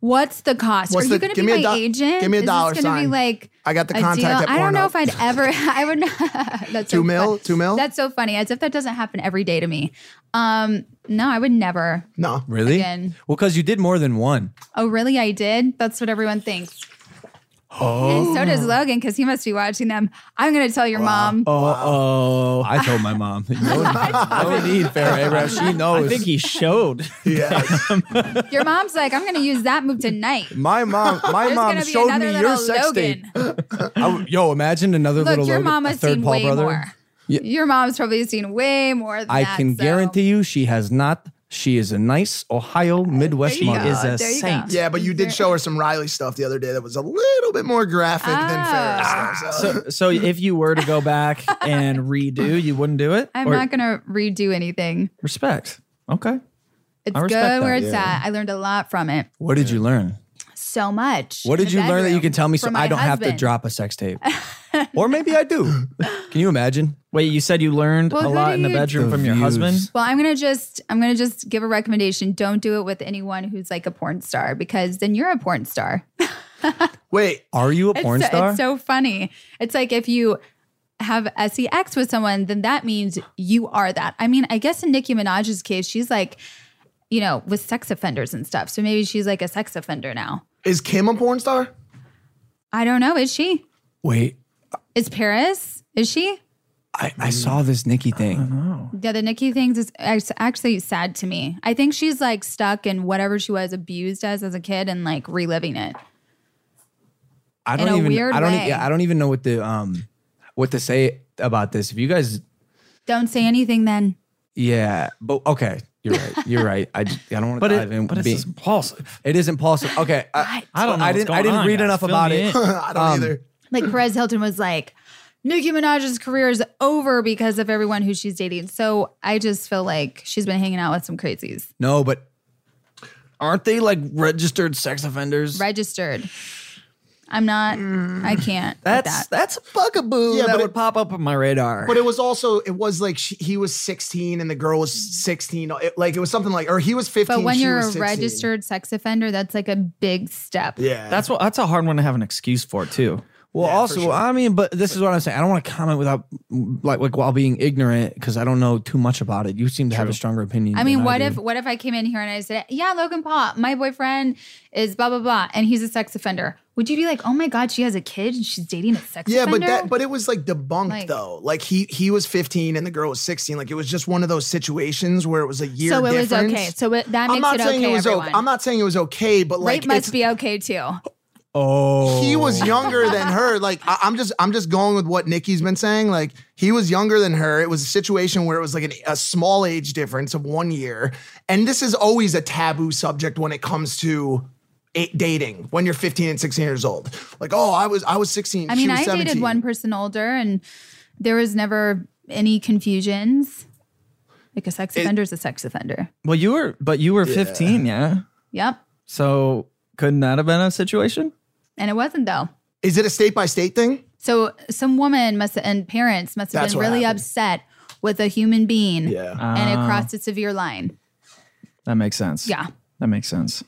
Speaker 1: What's the cost?
Speaker 2: What's
Speaker 1: are you
Speaker 2: the-
Speaker 1: going to
Speaker 2: give
Speaker 1: be
Speaker 2: me
Speaker 1: my
Speaker 2: a do-
Speaker 1: agent?
Speaker 2: give me a
Speaker 1: Is
Speaker 2: dollar
Speaker 1: this gonna
Speaker 2: sign.
Speaker 1: Be like
Speaker 2: I got the
Speaker 1: a
Speaker 2: contact
Speaker 1: deal?
Speaker 2: at
Speaker 1: I don't know
Speaker 2: Pornhub.
Speaker 1: if I'd ever. I would. that's
Speaker 2: Two
Speaker 1: so
Speaker 2: mil?
Speaker 1: funny.
Speaker 2: Two mil?
Speaker 1: That's so funny. As if that doesn't happen every day to me. Um, no, I would never.
Speaker 2: No,
Speaker 3: really
Speaker 1: again.
Speaker 3: well because you did more than one.
Speaker 1: Oh, really? I did. That's what everyone thinks. Oh. And so does Logan because he must be watching them. I'm going to tell your mom.
Speaker 3: Oh, I told my mom. You know, I didn't need Farrah Abraham. She knows.
Speaker 4: I think he showed.
Speaker 2: yeah,
Speaker 1: Your mom's like, I'm going to use that move tonight.
Speaker 3: my mom, my
Speaker 1: There's
Speaker 3: mom
Speaker 1: gonna be
Speaker 3: showed
Speaker 1: another
Speaker 3: me your
Speaker 1: little
Speaker 3: sex tape.
Speaker 1: Logan.
Speaker 3: I would- yo, imagine another
Speaker 1: Look,
Speaker 3: little
Speaker 1: your
Speaker 3: Logan,
Speaker 1: mom
Speaker 3: a
Speaker 1: has
Speaker 3: third
Speaker 1: seen
Speaker 3: Paul
Speaker 1: way
Speaker 3: brother.
Speaker 1: more.
Speaker 3: Yeah.
Speaker 1: Your mom's probably seen way more than
Speaker 3: I
Speaker 1: that,
Speaker 3: can
Speaker 1: so-
Speaker 3: guarantee you she has not. She is a nice Ohio Midwest
Speaker 1: There you
Speaker 3: mom.
Speaker 1: go.
Speaker 4: is a
Speaker 1: There you go.
Speaker 4: saint.
Speaker 2: Yeah, but you did show her some Riley stuff the other day that was a little bit more graphic
Speaker 1: Oh.
Speaker 2: than Ferris. stuff, Ah. so-
Speaker 4: So, so if you were to go back and redo, you wouldn't do it.
Speaker 1: I'm
Speaker 4: Or-
Speaker 1: not gonna redo anything.
Speaker 4: respect. Okay.
Speaker 1: It's
Speaker 4: I
Speaker 1: good
Speaker 4: respect that.
Speaker 1: where it's at. I learned a lot from it.
Speaker 3: What did you learn?
Speaker 1: So much.
Speaker 3: What
Speaker 1: in
Speaker 3: did
Speaker 1: the
Speaker 3: you learn that you
Speaker 1: bedroom
Speaker 3: can tell me so
Speaker 1: from
Speaker 3: I
Speaker 1: my
Speaker 3: don't have to
Speaker 1: husband.
Speaker 3: drop a sex tape? or maybe I do. Can you imagine?
Speaker 4: Wait, you said you learned
Speaker 1: Well,
Speaker 4: a
Speaker 1: who
Speaker 4: lot
Speaker 1: do
Speaker 4: in the
Speaker 1: you-
Speaker 4: bedroom
Speaker 3: The
Speaker 4: from your
Speaker 3: views.
Speaker 4: husband.
Speaker 1: Well, I'm gonna just I'm gonna just give a recommendation. Don't do it with anyone who's like a porn star because then you're a porn star.
Speaker 2: Wait,
Speaker 3: Are you a
Speaker 1: It's
Speaker 3: porn
Speaker 1: so,
Speaker 3: star?
Speaker 1: It's so funny. It's like if you have sex with someone, then that means you are that. I mean, I guess in Nicki Minaj's case, she's like, you know, with sex offenders and stuff. So maybe she's like a sex offender now.
Speaker 2: is Kim a porn star?
Speaker 1: I don't know. Is she?
Speaker 3: Wait,
Speaker 1: Is Paris? Is she?
Speaker 3: I, I saw this Nikki thing.
Speaker 1: Yeah, the Nikki things is it's actually sad to me. I think she's like stuck in whatever she was abused as as a kid and like reliving it.
Speaker 3: I
Speaker 1: In
Speaker 3: don't
Speaker 1: a
Speaker 3: even.
Speaker 1: weird
Speaker 3: I don't. e,
Speaker 1: way.
Speaker 3: Yeah, I don't even know what the um, what to say about this. If you guys,
Speaker 1: Don't say anything then.
Speaker 3: yeah, but okay, you're right. You're right. I, j- I don't want to
Speaker 4: But
Speaker 3: dive in.
Speaker 4: it, but it's
Speaker 3: being-
Speaker 4: just impulsive.
Speaker 3: it is impulsive. Okay, I,
Speaker 4: I don't know
Speaker 3: I
Speaker 4: what's
Speaker 3: didn't. I
Speaker 4: going
Speaker 3: didn't
Speaker 4: on,
Speaker 3: read
Speaker 4: guys.
Speaker 3: enough
Speaker 4: Fill
Speaker 3: about
Speaker 4: me
Speaker 3: it.
Speaker 4: in.
Speaker 2: I don't either.
Speaker 1: Like Perez Hilton was like, Nicki Minaj's career is over because of everyone who she's dating. So I just feel like she's been hanging out with some crazies.
Speaker 3: No, but
Speaker 4: Aren't they like registered sex offenders?
Speaker 1: Registered. I'm not,
Speaker 2: Mm.
Speaker 1: I can't. with
Speaker 4: That's
Speaker 1: that.
Speaker 4: that's a bugaboo
Speaker 2: Yeah,
Speaker 4: that
Speaker 2: but
Speaker 4: would
Speaker 2: it-
Speaker 4: pop up on my radar.
Speaker 2: But it was also it was like she, he was 16 and the girl was 16. It- like it was something like or he was 15.
Speaker 1: But when
Speaker 2: she
Speaker 1: you're
Speaker 2: was
Speaker 1: a
Speaker 2: 16.
Speaker 1: registered sex offender, that's like a big step.
Speaker 2: yeah,
Speaker 4: that's what that's a hard one to have an excuse for too.
Speaker 3: Well, also, I mean, but this is what I'm saying. I don't want to comment without, like, like while being ignorant because I don't know too much about it. You seem to have a stronger opinion.
Speaker 1: I mean,
Speaker 3: than
Speaker 1: what
Speaker 3: do.
Speaker 1: if what if I came in here and I said, "Yeah, Logan Paul, my boyfriend is blah blah blah, and he's a sex offender"? Would you be like, "Oh my god, she has a kid and she's dating a sex
Speaker 2: yeah, but
Speaker 1: offender"?
Speaker 2: that but it was like debunked
Speaker 1: Like-
Speaker 2: though. Like he he was 15 and the girl was 16. Like it was just one of those situations where it was a year.
Speaker 1: so it was
Speaker 2: difference.
Speaker 1: okay. So it, that makes
Speaker 2: I'm not
Speaker 1: it
Speaker 2: saying
Speaker 1: okay.
Speaker 2: it was
Speaker 1: everyone.
Speaker 2: okay. I'm not saying it was okay, but like
Speaker 1: Rape must
Speaker 2: it's-
Speaker 1: be okay too.
Speaker 3: Oh,
Speaker 2: he was younger than her. Like I, I'm just I'm just going with what Nikki's been saying. Like he was younger than her. It was a situation where it was like an, a small age difference of one year, and this is always a taboo subject when it comes to. a- dating when you're 15 and 16 years old, like oh, I was I was 16.
Speaker 1: I mean,
Speaker 2: she was
Speaker 1: I
Speaker 2: 17.
Speaker 1: dated one person older, and there was never any confusions. Like a sex offender is a sex offender.
Speaker 4: Well, you were, but you were 15, yeah.
Speaker 1: Yep,
Speaker 4: So couldn't that have been a situation?
Speaker 1: and it wasn't though.
Speaker 2: Is it a state by state thing?
Speaker 1: So some woman must and parents must have
Speaker 2: That's
Speaker 1: been
Speaker 2: what
Speaker 1: really
Speaker 2: happened.
Speaker 1: upset with a human being,
Speaker 2: Yeah,
Speaker 1: and
Speaker 3: Ah.
Speaker 1: it crossed a severe line.
Speaker 4: Ah, That makes sense.
Speaker 1: Yeah.
Speaker 4: that makes sense.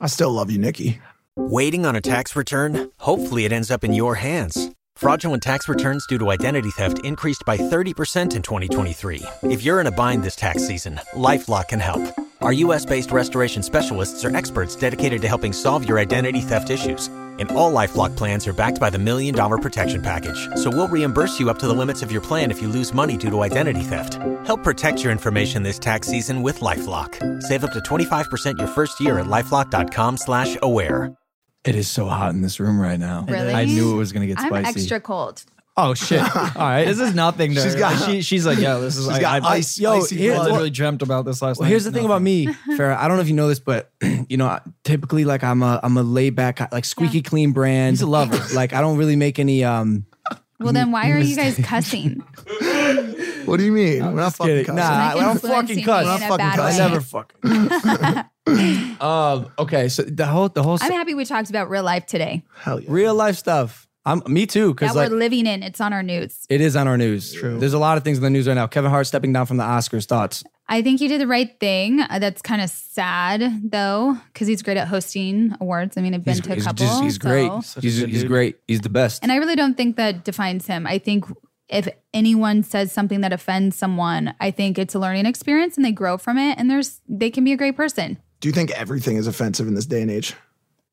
Speaker 2: I still love you, Nikki.
Speaker 10: Waiting on a tax return? Hopefully, it ends up in your hands. Fraudulent tax returns due to identity theft increased by 30% in 2023. If you're in a bind this tax season, LifeLock can help. Our U.S. based restoration specialists are experts dedicated to helping solve your identity theft issues. And all LifeLock plans are backed by the Million Dollar Protection Package. So we'll reimburse you up to the limits of your plan if you lose money due to identity theft. Help protect your information this tax season with LifeLock. Save up to 25% your first year at LifeLock.com slash aware.
Speaker 3: It is so hot in this room right now.
Speaker 1: Really?
Speaker 3: I knew it was gonna get
Speaker 1: I'm
Speaker 3: spicy.
Speaker 1: extra cold.
Speaker 3: Oh shit! All right,
Speaker 4: This is nothing. To
Speaker 2: She's
Speaker 4: she's
Speaker 2: got-
Speaker 4: she, she's like, yeah, this is.
Speaker 2: She's
Speaker 4: I,
Speaker 2: got
Speaker 4: I,
Speaker 2: ice.
Speaker 3: yo,
Speaker 2: icy
Speaker 3: here's
Speaker 4: I
Speaker 2: blood.
Speaker 3: what-
Speaker 4: literally dreamt about this last
Speaker 3: Well,
Speaker 4: night.
Speaker 3: here's the thing about me, Farah. I don't know if you know this, but you know, typically, like I'm a I'm a laid back, like squeaky clean brand. He's a lover. like I don't really make any um.
Speaker 1: Well, then why are you guys cussing?
Speaker 2: What do you mean? We're not fucking
Speaker 3: Nah,
Speaker 2: cussing.
Speaker 3: I
Speaker 1: Like
Speaker 3: don't
Speaker 1: influencing
Speaker 3: fucking
Speaker 1: me
Speaker 3: cuss.
Speaker 1: in
Speaker 3: I
Speaker 1: a
Speaker 3: don't fucking
Speaker 1: bad
Speaker 3: cuss.
Speaker 1: way.
Speaker 3: I never fucking. um. Okay. So the whole the whole
Speaker 1: I'm happy we talked about real life today
Speaker 2: Hell yeah.
Speaker 3: real life stuff. I'm me too.
Speaker 1: that
Speaker 3: Cause like
Speaker 1: we're living in. It's on our news.
Speaker 3: it is on our news. True. There's a lot of things in the news right now. Kevin Hart stepping down from the Oscars. Thoughts?
Speaker 1: I think he did the right thing. Uh, That's kind of sad though, because he's great at hosting awards. I mean, I've been to a couple.
Speaker 3: just- he's great.
Speaker 1: so-
Speaker 3: He's, he's great. He's the best.
Speaker 1: And I really don't think that defines him. I think if anyone says something that offends someone, I think it's a learning experience and they grow from it and there's they can be a great person.
Speaker 2: Do you think everything is offensive in this day and age?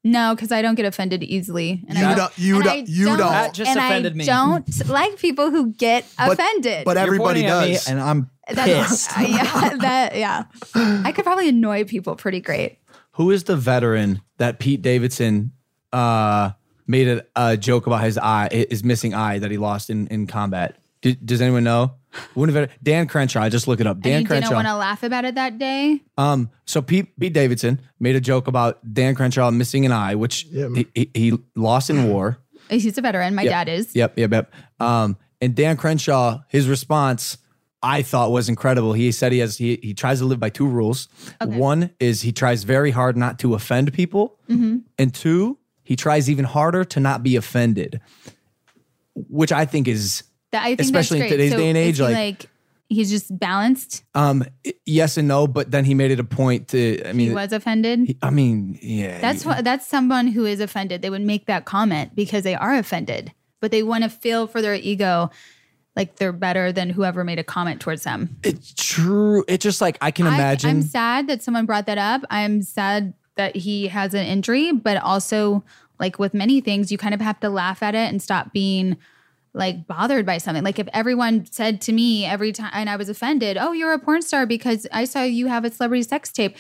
Speaker 1: No, because I don't get offended easily. And
Speaker 2: You
Speaker 1: I
Speaker 2: don't- you
Speaker 1: and
Speaker 2: don't-
Speaker 1: I
Speaker 2: you don't. That
Speaker 4: just
Speaker 1: and
Speaker 4: offended
Speaker 1: I
Speaker 4: me.
Speaker 1: don't like people who get offended.
Speaker 2: But everybody does.
Speaker 4: and I'm
Speaker 1: That's-
Speaker 4: pissed.
Speaker 1: uh, yeah, that yeah. I could probably annoy people pretty great.
Speaker 3: Who is the veteran that Pete Davidson uh made a, a joke about his eye, his missing eye that he lost in, in combat. Did, does anyone know? Wouldn't have- Dan Crenshaw. Just look it up. Dan
Speaker 1: and you
Speaker 3: Crenshaw.
Speaker 1: didn't want to laugh about it that day.
Speaker 3: Um, so Pete, Pete Davidson made a joke about Dan Crenshaw missing an eye, which he, he, he lost in war.
Speaker 1: He's a veteran. My dad is.
Speaker 3: Yep, yep, yep. Um, and Dan Crenshaw, his response, I thought was incredible. He said he has he he tries to live by two rules. One is he tries very hard not to offend people,
Speaker 1: Mm-hmm.
Speaker 3: and two, he tries even harder to not be offended, which I think is
Speaker 1: That, I think
Speaker 3: Especially in
Speaker 1: that's great.
Speaker 3: today's
Speaker 1: So
Speaker 3: day and
Speaker 1: is
Speaker 3: age,
Speaker 1: he,
Speaker 3: like-
Speaker 1: he's just balanced.
Speaker 3: um i- yes and no. But then he made it a point to. I mean,
Speaker 1: he was offended.
Speaker 3: he- I mean, yeah.
Speaker 1: That's what that's someone who is offended. They would make that comment because they are offended, but they want to feel for their ego like they're better than whoever made a comment towards them.
Speaker 3: It's true. It's just like I can imagine.
Speaker 1: I, am sad that someone brought that up. I'm sad that he has an injury, but also like with many things, you kind of have to laugh at it and stop being like bothered by something. Like if everyone said to me every time and I was offended, "Oh, you're a porn star because I saw you have a celebrity sex tape."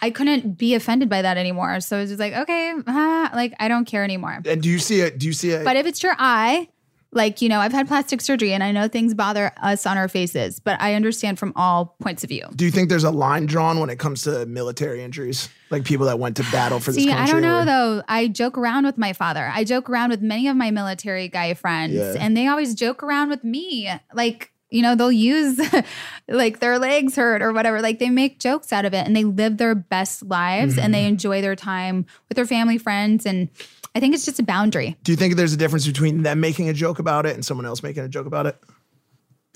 Speaker 1: I couldn't be offended by that anymore. So it's just like, okay, ah, like I don't care anymore.
Speaker 2: And do you see it? Do you see it?
Speaker 1: But if it's your eye, like, you know, I've had plastic surgery and I know things bother us on our faces, but I understand from all points of view.
Speaker 2: do you think there's a line drawn when it comes to military injuries, like people that went to battle for
Speaker 1: See,
Speaker 2: this
Speaker 1: I
Speaker 2: country?
Speaker 1: don't know
Speaker 2: or-
Speaker 1: though. I joke around with my father. I joke around with many of my military guy friends,
Speaker 2: Yeah.
Speaker 1: and they always joke around with me. Like, you know, they'll use like their legs hurt or whatever. Like, they make jokes out of it and they live their best lives and they enjoy their time with their family, friends. And I think it's just a boundary.
Speaker 2: Do you think there's a difference between them making a joke about it and someone else making a joke about it?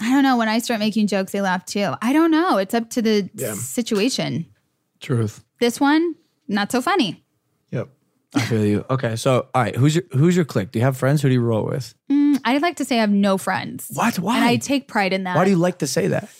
Speaker 1: I don't know. When I start making jokes, they laugh too. I don't know. It's up to the
Speaker 2: Yeah.
Speaker 1: situation.
Speaker 3: truth.
Speaker 1: This one, not so funny.
Speaker 2: Yep.
Speaker 3: I feel you. Okay, so all right, who's your who's your clique? Do you have friends? Who do you roll with?
Speaker 1: Mm, I'd like to say I have no friends.
Speaker 3: What? Why?
Speaker 1: And I take pride in that.
Speaker 3: Why do you like to say that?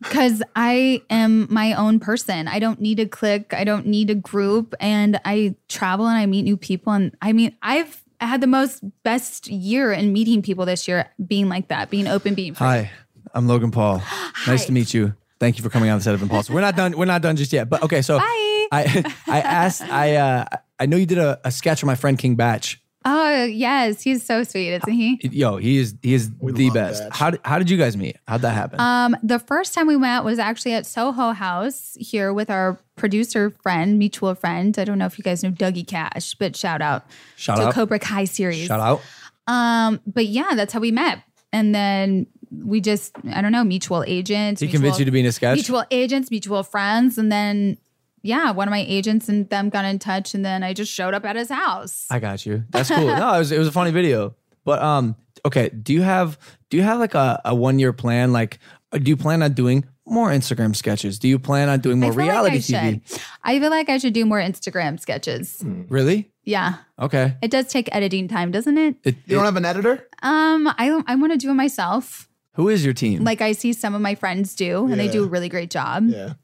Speaker 1: Because I am my own person. I don't need a clique. I don't need a group. And I travel and I meet new people. And I mean, I've had the most best year in meeting people this year, being like that, being open, being free.
Speaker 3: Hi, I'm Logan Paul. Nice to meet you. Thank you for coming on the set of Impulse. We're not done. We're not done just yet. But okay, so
Speaker 1: Bye.
Speaker 3: I I asked. I uh, I know you did a, a sketch with my friend King Batch.
Speaker 1: Oh, yes. He's so sweet, isn't he?
Speaker 3: Yo, he is he is the
Speaker 2: love
Speaker 3: best.
Speaker 2: Batch.
Speaker 3: How did, how did you guys meet? How'd that happen?
Speaker 1: Um, the first time we met was actually at Soho House here with our producer friend, mutual friend. I don't know if you guys know Dougie Cash, but shout out
Speaker 3: Shout
Speaker 1: to
Speaker 3: out.
Speaker 1: Cobra Kai series.
Speaker 3: Shout out.
Speaker 1: Um, but yeah, that's how we met. And then we just, I don't know, mutual agents.
Speaker 3: He convinced you to be in a sketch.
Speaker 1: mutual agents, mutual friends. And then, yeah, one of my agents and them got in touch. And then I just showed up at his house.
Speaker 3: I got you. That's cool. no, it was it was a funny video. But um, okay. Do you have do you have like a, a one year plan? Like, do you plan on doing more Instagram sketches? Do you plan on doing more
Speaker 1: I feel
Speaker 3: reality
Speaker 1: like I
Speaker 3: TV?
Speaker 1: should. I feel like I should do more Instagram sketches.
Speaker 3: Hmm. Really?
Speaker 1: Yeah.
Speaker 3: Okay.
Speaker 1: It does take editing time, doesn't it?
Speaker 3: It,
Speaker 2: You don't have an editor?
Speaker 1: Um, I I want to do it myself.
Speaker 3: who is your team?
Speaker 1: Like I see some of my friends do, and they do a really great job.
Speaker 2: Yeah.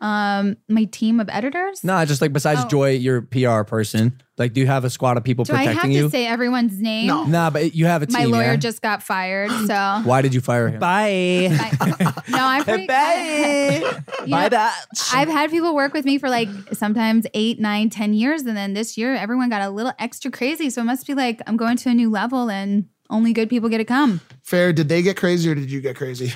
Speaker 1: Um, my team of editors.
Speaker 3: no, just like besides
Speaker 1: Oh.
Speaker 3: Joy, your PR person. Like, do you have a squad of people
Speaker 1: do I have
Speaker 3: protecting you?
Speaker 1: to say everyone's name?
Speaker 2: No.
Speaker 3: nah, but you have a team.
Speaker 1: My lawyer
Speaker 3: yeah?
Speaker 1: just got fired, so
Speaker 3: Why did you fire him? Bye.
Speaker 1: I- no, I'm pretty. you know, I've had people work with me for like sometimes eight, nine, ten years, and then this year everyone got a little extra crazy. So it must be like I'm going to a new level, and only good people get to come.
Speaker 2: Fair. Did they get crazy or did you get crazy?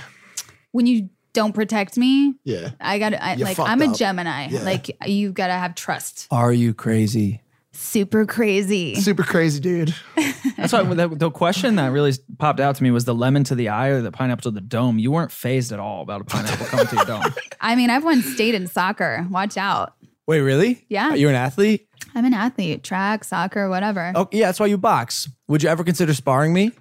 Speaker 1: When you don't protect me,
Speaker 2: Yeah.
Speaker 1: I got to
Speaker 2: You
Speaker 1: like
Speaker 2: fucked
Speaker 1: I'm a
Speaker 2: up.
Speaker 1: Gemini.
Speaker 2: Yeah.
Speaker 1: Like you've got to have trust.
Speaker 3: Are you crazy?
Speaker 1: Super crazy.
Speaker 2: Super crazy, dude.
Speaker 4: That's why the, the question that really popped out to me was the lemon to the eye or the pineapple to the dome. You weren't phased at all about a pineapple coming to your dome.
Speaker 1: I mean, I've won state in soccer. Watch out.
Speaker 3: Wait, really?
Speaker 1: Yeah.
Speaker 3: You're an athlete?
Speaker 1: I'm an athlete, track, soccer, whatever.
Speaker 3: Oh, yeah, that's why you box. Would you ever consider sparring me?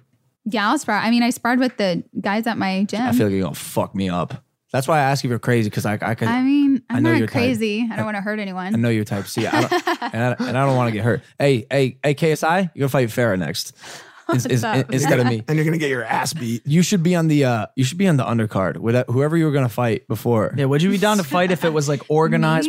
Speaker 1: Yeah, I'll spar. I mean, I sparred with the guys at my gym.
Speaker 3: I feel like you're gonna fuck me up. That's why I ask if you're crazy because I, I could.
Speaker 1: I mean,
Speaker 3: I
Speaker 1: I'm
Speaker 3: know
Speaker 1: not
Speaker 3: your type.
Speaker 1: crazy. I don't want to hurt anyone.
Speaker 3: I know you're type C, I don't, and, I, and I don't want to get hurt. Hey, hey, hey, KSI, you're gonna fight Farah next is, is,
Speaker 1: What's up?
Speaker 3: instead of me.
Speaker 2: And you're going to get your ass beat.
Speaker 3: You should be on the uh, you should be on the undercard with that- whoever you were gonna fight before.
Speaker 4: Yeah, would you be down to fight if it was like organized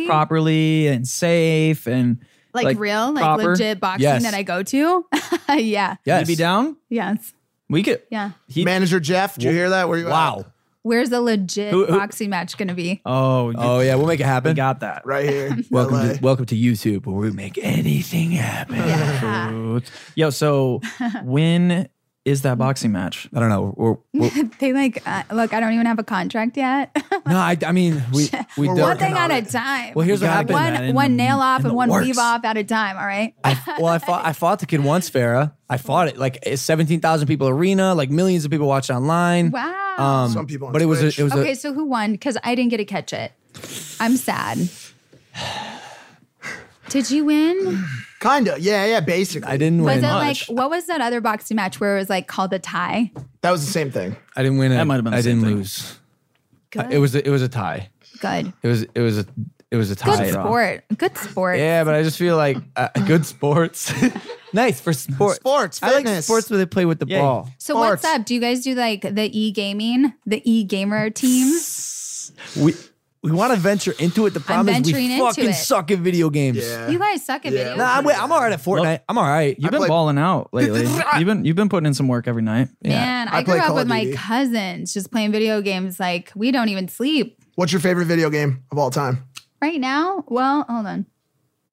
Speaker 1: Me?
Speaker 4: properly and safe and
Speaker 1: like, real, like
Speaker 4: proper?
Speaker 1: legit boxing
Speaker 3: Yes.
Speaker 1: that I go to. yeah.
Speaker 3: Yes.
Speaker 4: You'd be down?
Speaker 1: Yes.
Speaker 4: We could.
Speaker 1: Yeah.
Speaker 4: He-
Speaker 2: Manager Jeff, did you hear that? Where you at?
Speaker 3: Wow.
Speaker 1: Where's the legit
Speaker 4: Who- who-
Speaker 1: boxing match going to be?
Speaker 4: Oh, you
Speaker 3: Oh yeah, we'll make it
Speaker 4: we
Speaker 3: happen.
Speaker 4: got that.
Speaker 2: right here.
Speaker 3: Welcome
Speaker 2: LA.
Speaker 3: to, welcome to YouTube, where we make anything happen.
Speaker 1: Yeah.
Speaker 4: Truth. Yo, so when is that boxing match?
Speaker 3: I don't know. We're, we're,
Speaker 1: they like uh, look. I don't even have a contract yet.
Speaker 3: no, I, I mean we
Speaker 2: We're
Speaker 3: we
Speaker 1: one
Speaker 3: don't.
Speaker 2: working
Speaker 1: thing
Speaker 2: on
Speaker 1: at a
Speaker 2: it.
Speaker 1: time.
Speaker 3: Well, here's
Speaker 4: We
Speaker 3: what
Speaker 4: gotta
Speaker 3: happened.
Speaker 4: put that
Speaker 1: one
Speaker 4: in
Speaker 1: one
Speaker 4: the-
Speaker 1: nail off
Speaker 4: in
Speaker 1: and
Speaker 4: the
Speaker 1: one weave
Speaker 4: works.
Speaker 1: off at a time. All right.
Speaker 3: I, well, I fought I fought the kid once, Farah. I fought it like it's seventeen thousand people arena, like millions of people watch online.
Speaker 1: Wow.
Speaker 3: Um,
Speaker 2: Some people on
Speaker 3: but it was a,
Speaker 2: Twitch.
Speaker 3: it was
Speaker 1: okay,
Speaker 3: a,
Speaker 1: so who won? Because I didn't get to catch it. I'm sad. Did you win?
Speaker 2: Kinda, yeah, yeah. Basically,
Speaker 3: I didn't
Speaker 1: Was
Speaker 3: win.
Speaker 1: it like what was that other boxing match where it was like called a tie?
Speaker 2: That was the same thing.
Speaker 3: I didn't win. I
Speaker 4: That might have been the
Speaker 3: I
Speaker 4: same
Speaker 3: didn't
Speaker 4: thing.
Speaker 3: lose.
Speaker 1: Good.
Speaker 3: It was a, it was a tie.
Speaker 1: good.
Speaker 3: It was it was a it was a tie.
Speaker 1: Good sport. Good sport.
Speaker 3: Yeah, but I just feel like uh, good sports. nice for sports.
Speaker 2: Sports,
Speaker 3: I like
Speaker 2: fitness.
Speaker 3: sports where they play with the ball.
Speaker 1: So
Speaker 2: Sports.
Speaker 1: what's up? Do you guys do like the e gaming, the e gamer teams?
Speaker 3: We we want to venture into it. The problem is
Speaker 1: venturing
Speaker 3: we
Speaker 1: into
Speaker 3: fucking
Speaker 1: it.
Speaker 3: suck at video games.
Speaker 2: Yeah.
Speaker 1: You guys suck at
Speaker 2: Yeah.
Speaker 1: video.
Speaker 3: Nah, I'm, I'm all right at Fortnite. I'm all right.
Speaker 4: You've been
Speaker 2: play-
Speaker 4: balling out lately. you've been you've been putting in some work every night.
Speaker 1: Man, I,
Speaker 2: I
Speaker 1: grew
Speaker 2: play
Speaker 1: up
Speaker 2: Call
Speaker 1: with
Speaker 2: of
Speaker 1: my
Speaker 2: Duty.
Speaker 1: cousins just playing video games. Like we don't even sleep
Speaker 2: What's your favorite video game of all time?
Speaker 1: right now. Well, hold on.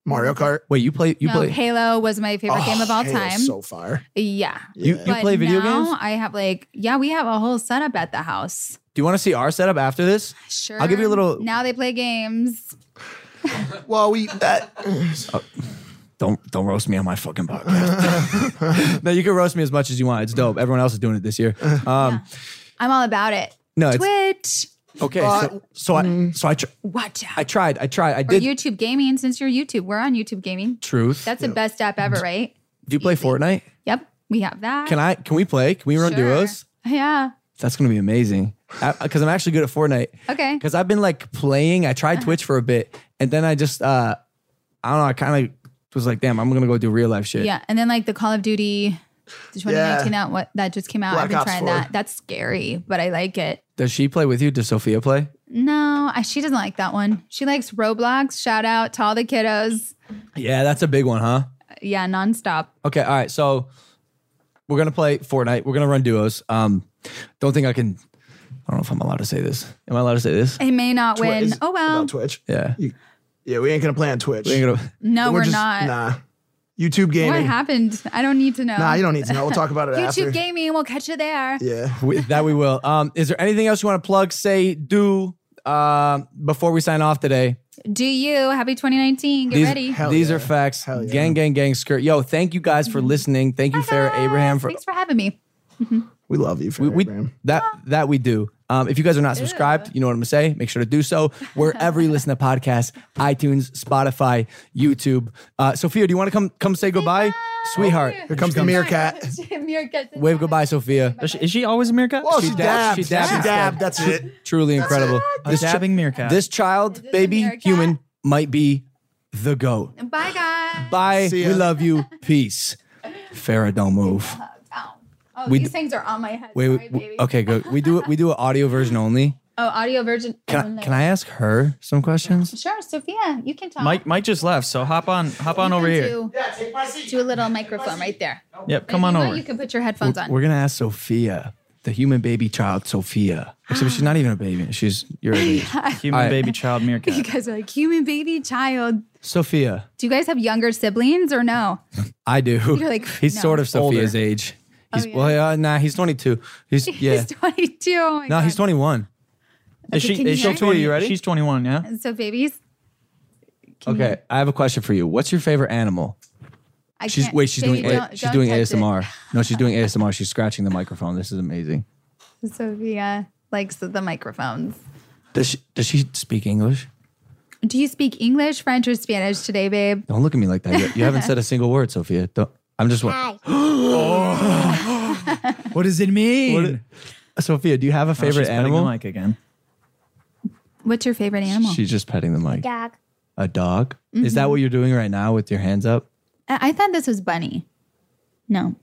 Speaker 2: Mario Kart.
Speaker 3: Wait, you play you
Speaker 1: no,
Speaker 3: play
Speaker 1: Halo was my favorite game of all
Speaker 2: Halo's
Speaker 1: time.
Speaker 2: Oh, So far,
Speaker 1: yeah.
Speaker 3: you, you play video
Speaker 1: now
Speaker 3: games?
Speaker 1: I have like, yeah, we have a whole setup at the house.
Speaker 3: Do you want to see our setup after this?
Speaker 1: Sure.
Speaker 3: I'll give you a little-
Speaker 1: Now they play games.
Speaker 2: well, we uh, that
Speaker 3: Don't don't roast me on my fucking podcast. no, you can roast me as much as you want. It's dope. Everyone else is doing it this year. Um,
Speaker 1: I'm all about it.
Speaker 3: No, it's
Speaker 1: Twitch
Speaker 3: okay.
Speaker 2: Uh,
Speaker 3: so, so I
Speaker 1: mm.
Speaker 3: so I tr-
Speaker 1: Watch out.
Speaker 3: I tried. I tried. I
Speaker 1: or
Speaker 3: did.
Speaker 1: YouTube gaming, since you're YouTube, we're on YouTube gaming.
Speaker 3: truth.
Speaker 1: That's the best app ever, right?
Speaker 3: Do you play Fortnite?
Speaker 1: Yep. We have that.
Speaker 3: Can I? Can we play? Can we run
Speaker 1: Sure.
Speaker 3: duos?
Speaker 1: Yeah.
Speaker 3: That's gonna be amazing. Because I'm actually good at Fortnite.
Speaker 1: Okay.
Speaker 3: Because I've been like playing. I
Speaker 1: Uh-huh.
Speaker 3: tried Twitch for a bit, and then I just uh, I don't know. I kind of was like, damn, I'm gonna go do real life shit.
Speaker 1: Yeah. And then like the Call of Duty the 2019 that what that just came out.
Speaker 2: Black
Speaker 1: I've been
Speaker 2: Ops
Speaker 1: trying
Speaker 2: 4.
Speaker 1: that. That's scary, but I like it.
Speaker 3: Does she play with you? Does Sophia play?
Speaker 1: No, I, she doesn't like that one. She likes Roblox. Shout out to all the kiddos.
Speaker 3: Yeah, that's a big one, huh?
Speaker 1: Yeah, nonstop.
Speaker 3: Okay, all right. So we're gonna play Fortnite. We're gonna run duos. Um, don't think I can. I don't know if I'm allowed to say this. Am I allowed to say this?
Speaker 1: It may not
Speaker 2: Twi-
Speaker 1: win.
Speaker 2: is-
Speaker 1: Oh well.
Speaker 2: about Twitch.
Speaker 3: Yeah.
Speaker 2: Yeah, we ain't gonna play on Twitch.
Speaker 3: We ain't gonna-
Speaker 1: No, we're,
Speaker 2: just-
Speaker 1: not.
Speaker 2: Nah, YouTube gaming.
Speaker 1: What happened? I don't need to know.
Speaker 2: Nah, you don't need to know. We'll talk about it
Speaker 1: YouTube
Speaker 2: after.
Speaker 1: gaming. We'll catch you there.
Speaker 2: Yeah.
Speaker 3: we, that we will. Um, is there anything else you want to plug, say, do uh, before we sign off today?
Speaker 1: Do you? Happy 2019. Get
Speaker 3: these
Speaker 1: ready.
Speaker 2: Hell
Speaker 3: these
Speaker 2: yeah.
Speaker 3: are facts.
Speaker 2: Hell yeah.
Speaker 3: Gang, gang, gang, skirt. Yo, thank you guys for listening. Thank you, Farrah Abraham, for
Speaker 1: Thanks for having me.
Speaker 2: We love you,
Speaker 3: we,
Speaker 2: Farrah
Speaker 3: we
Speaker 2: Abraham.
Speaker 3: that that we do. Um, if you guys are not subscribed, you know what I'm gonna say. Make sure to do so wherever you listen to podcasts: iTunes, Spotify, YouTube. Uh, Sophia, do you want to come come say goodbye, sweetheart?
Speaker 2: Here comes the meerkat.
Speaker 1: Meerkat.
Speaker 3: Wave goodbye, Sophia.
Speaker 4: Is she, is she always a meerkat?
Speaker 2: Oh, she,
Speaker 3: She
Speaker 2: dabbed.
Speaker 3: dabbed.
Speaker 2: She
Speaker 3: She
Speaker 2: dabbed.
Speaker 3: dabbed.
Speaker 2: That's it.
Speaker 3: Truly incredible.
Speaker 4: a
Speaker 3: This, chi-
Speaker 4: dabbing meerkat.
Speaker 3: this child,
Speaker 1: this a
Speaker 3: baby,
Speaker 1: meerkat?
Speaker 3: human might be the goat.
Speaker 1: Bye, guys.
Speaker 3: Bye.
Speaker 2: See
Speaker 3: We
Speaker 2: ya.
Speaker 3: love you. Peace. Farah, don't move.
Speaker 1: Ow. Oh,
Speaker 3: We
Speaker 1: these
Speaker 3: d-
Speaker 1: things are on my head.
Speaker 3: Wait,
Speaker 1: Sorry,
Speaker 3: wait,
Speaker 1: baby.
Speaker 3: w- okay, good. We do it. We do an audio version only.
Speaker 1: Oh, audio virgin.
Speaker 3: Can I, can I ask her some questions?
Speaker 1: Sure, Sophia, you can talk.
Speaker 4: Mike Mike just left, so hop on hop on
Speaker 1: You
Speaker 4: over
Speaker 1: can
Speaker 4: here.
Speaker 1: Do, do a little microphone right there.
Speaker 4: Yep,
Speaker 1: If
Speaker 4: come on
Speaker 1: you want,
Speaker 4: over.
Speaker 1: You can put your headphones on.
Speaker 3: We're gonna ask Sophia, the human baby child, Sophia. Except she's not even a baby. She's your age.
Speaker 4: Human
Speaker 3: All right.
Speaker 4: baby child
Speaker 1: You
Speaker 4: meerkat.
Speaker 1: guys are like human baby child.
Speaker 3: Sophia,
Speaker 1: Do you guys have younger siblings or no?
Speaker 3: I do.
Speaker 1: You're like,
Speaker 3: he's
Speaker 1: no. Oh,
Speaker 3: sort of Sophia's
Speaker 4: Older.
Speaker 3: age. He's
Speaker 1: yeah.
Speaker 3: well, yeah, nah, he's 22. He's yeah.
Speaker 1: he's 22. Oh my
Speaker 3: no,
Speaker 1: God.
Speaker 3: he's 21.
Speaker 4: Is
Speaker 1: Okay,
Speaker 4: she
Speaker 1: can you
Speaker 4: is
Speaker 1: hear
Speaker 4: she
Speaker 1: me?
Speaker 4: twenty?
Speaker 3: You ready?
Speaker 4: She's twenty one. Yeah.
Speaker 1: So babies,
Speaker 3: Okay, I have a question for you. What's your favorite animal?
Speaker 1: I
Speaker 3: She's
Speaker 1: can't.
Speaker 3: wait, she's
Speaker 1: baby,
Speaker 3: doing a-
Speaker 1: don't-
Speaker 3: she's
Speaker 1: don't
Speaker 3: doing
Speaker 1: touch it.
Speaker 3: ASMR. No, she's doing ASMR. She's scratching the microphone. This is amazing.
Speaker 1: Sophia likes the microphones.
Speaker 3: Does she, does she speak English?
Speaker 1: Do you speak English, French, or Spanish today, babe?
Speaker 3: Don't look at me like that. You, you haven't said a single word, Sophia. Don't, I'm just. Hi.
Speaker 4: What does it mean?
Speaker 3: Sophia, do you have a favorite animal?
Speaker 4: Mike again.
Speaker 1: What's your favorite animal?
Speaker 3: She's just petting the mic. A dog. A dog? Is that what you're doing right now with your hands up?
Speaker 1: I-, I thought this was bunny. No,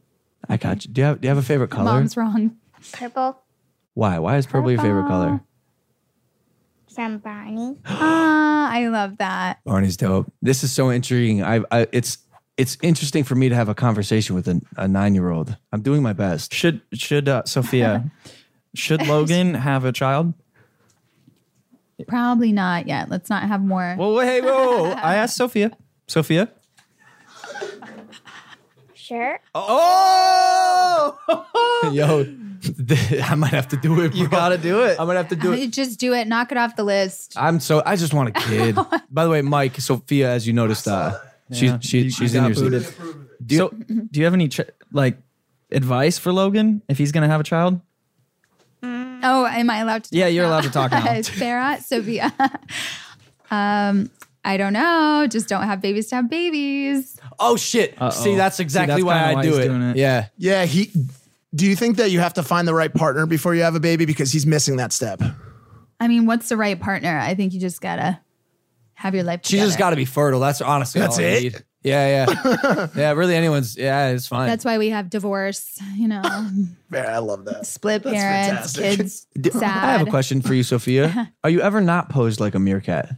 Speaker 3: I got you. Do you have Do you have a favorite color?
Speaker 1: mom's wrong.
Speaker 9: Purple
Speaker 3: Why? Why is purple your favorite color?
Speaker 9: from Barney.
Speaker 1: Ah, I love that.
Speaker 3: Barney's dope. This is so intriguing. I, I it's it's interesting for me to have a conversation with a, a nine year old. I'm doing my best.
Speaker 4: Should should uh, Sophia Should Logan have a child?
Speaker 1: Probably not yet. Let's not have more.
Speaker 4: Well, wait, hey, whoa, whoa, whoa. Oh, I asked Sophia. Sophia?
Speaker 9: Sure.
Speaker 4: Oh!
Speaker 3: Yo, I might have to do it.
Speaker 4: you
Speaker 3: bro.
Speaker 4: gotta do it.
Speaker 3: I'm gonna have to do it.
Speaker 1: Just do it. Knock it off the list.
Speaker 3: I'm so. I just want a kid. By the way, Mike, Sophia, as you noticed, uh, she's
Speaker 4: Yeah,
Speaker 3: she,
Speaker 4: you
Speaker 3: she's in
Speaker 4: got
Speaker 3: your seat.
Speaker 4: booted. so, do you have any ch- like advice for Logan if he's gonna have a child?
Speaker 1: Oh, am I allowed to?
Speaker 4: Yeah,
Speaker 1: talk
Speaker 4: you're
Speaker 1: now?
Speaker 4: allowed to talk now.
Speaker 1: Sarah, Sophia. um, I don't know. Just don't have babies to have babies.
Speaker 3: Oh shit!
Speaker 4: Uh-oh.
Speaker 3: See, that's
Speaker 4: See,
Speaker 3: exactly
Speaker 4: that's
Speaker 3: why I
Speaker 4: kinda why
Speaker 3: do
Speaker 4: he's
Speaker 3: it.
Speaker 4: doing it.
Speaker 3: Yeah.
Speaker 2: Yeah, he. Do you think that you have to find the right partner before you have a baby because he's missing that step?
Speaker 1: I mean, what's the right partner? I think you just gotta have your life.
Speaker 3: She
Speaker 1: together.
Speaker 3: just got to be fertile. That's honestly
Speaker 2: That's
Speaker 3: all I
Speaker 2: it?
Speaker 3: need. Yeah, yeah, yeah. Really, anyone's. Yeah, it's fine.
Speaker 1: That's why we have divorce. You know,
Speaker 2: Man, I love that.
Speaker 1: split parents,
Speaker 2: fantastic.
Speaker 1: kids.
Speaker 3: D-
Speaker 1: Sad.
Speaker 3: I have a question for you, Sophia. Are you ever not posed like a meerkat?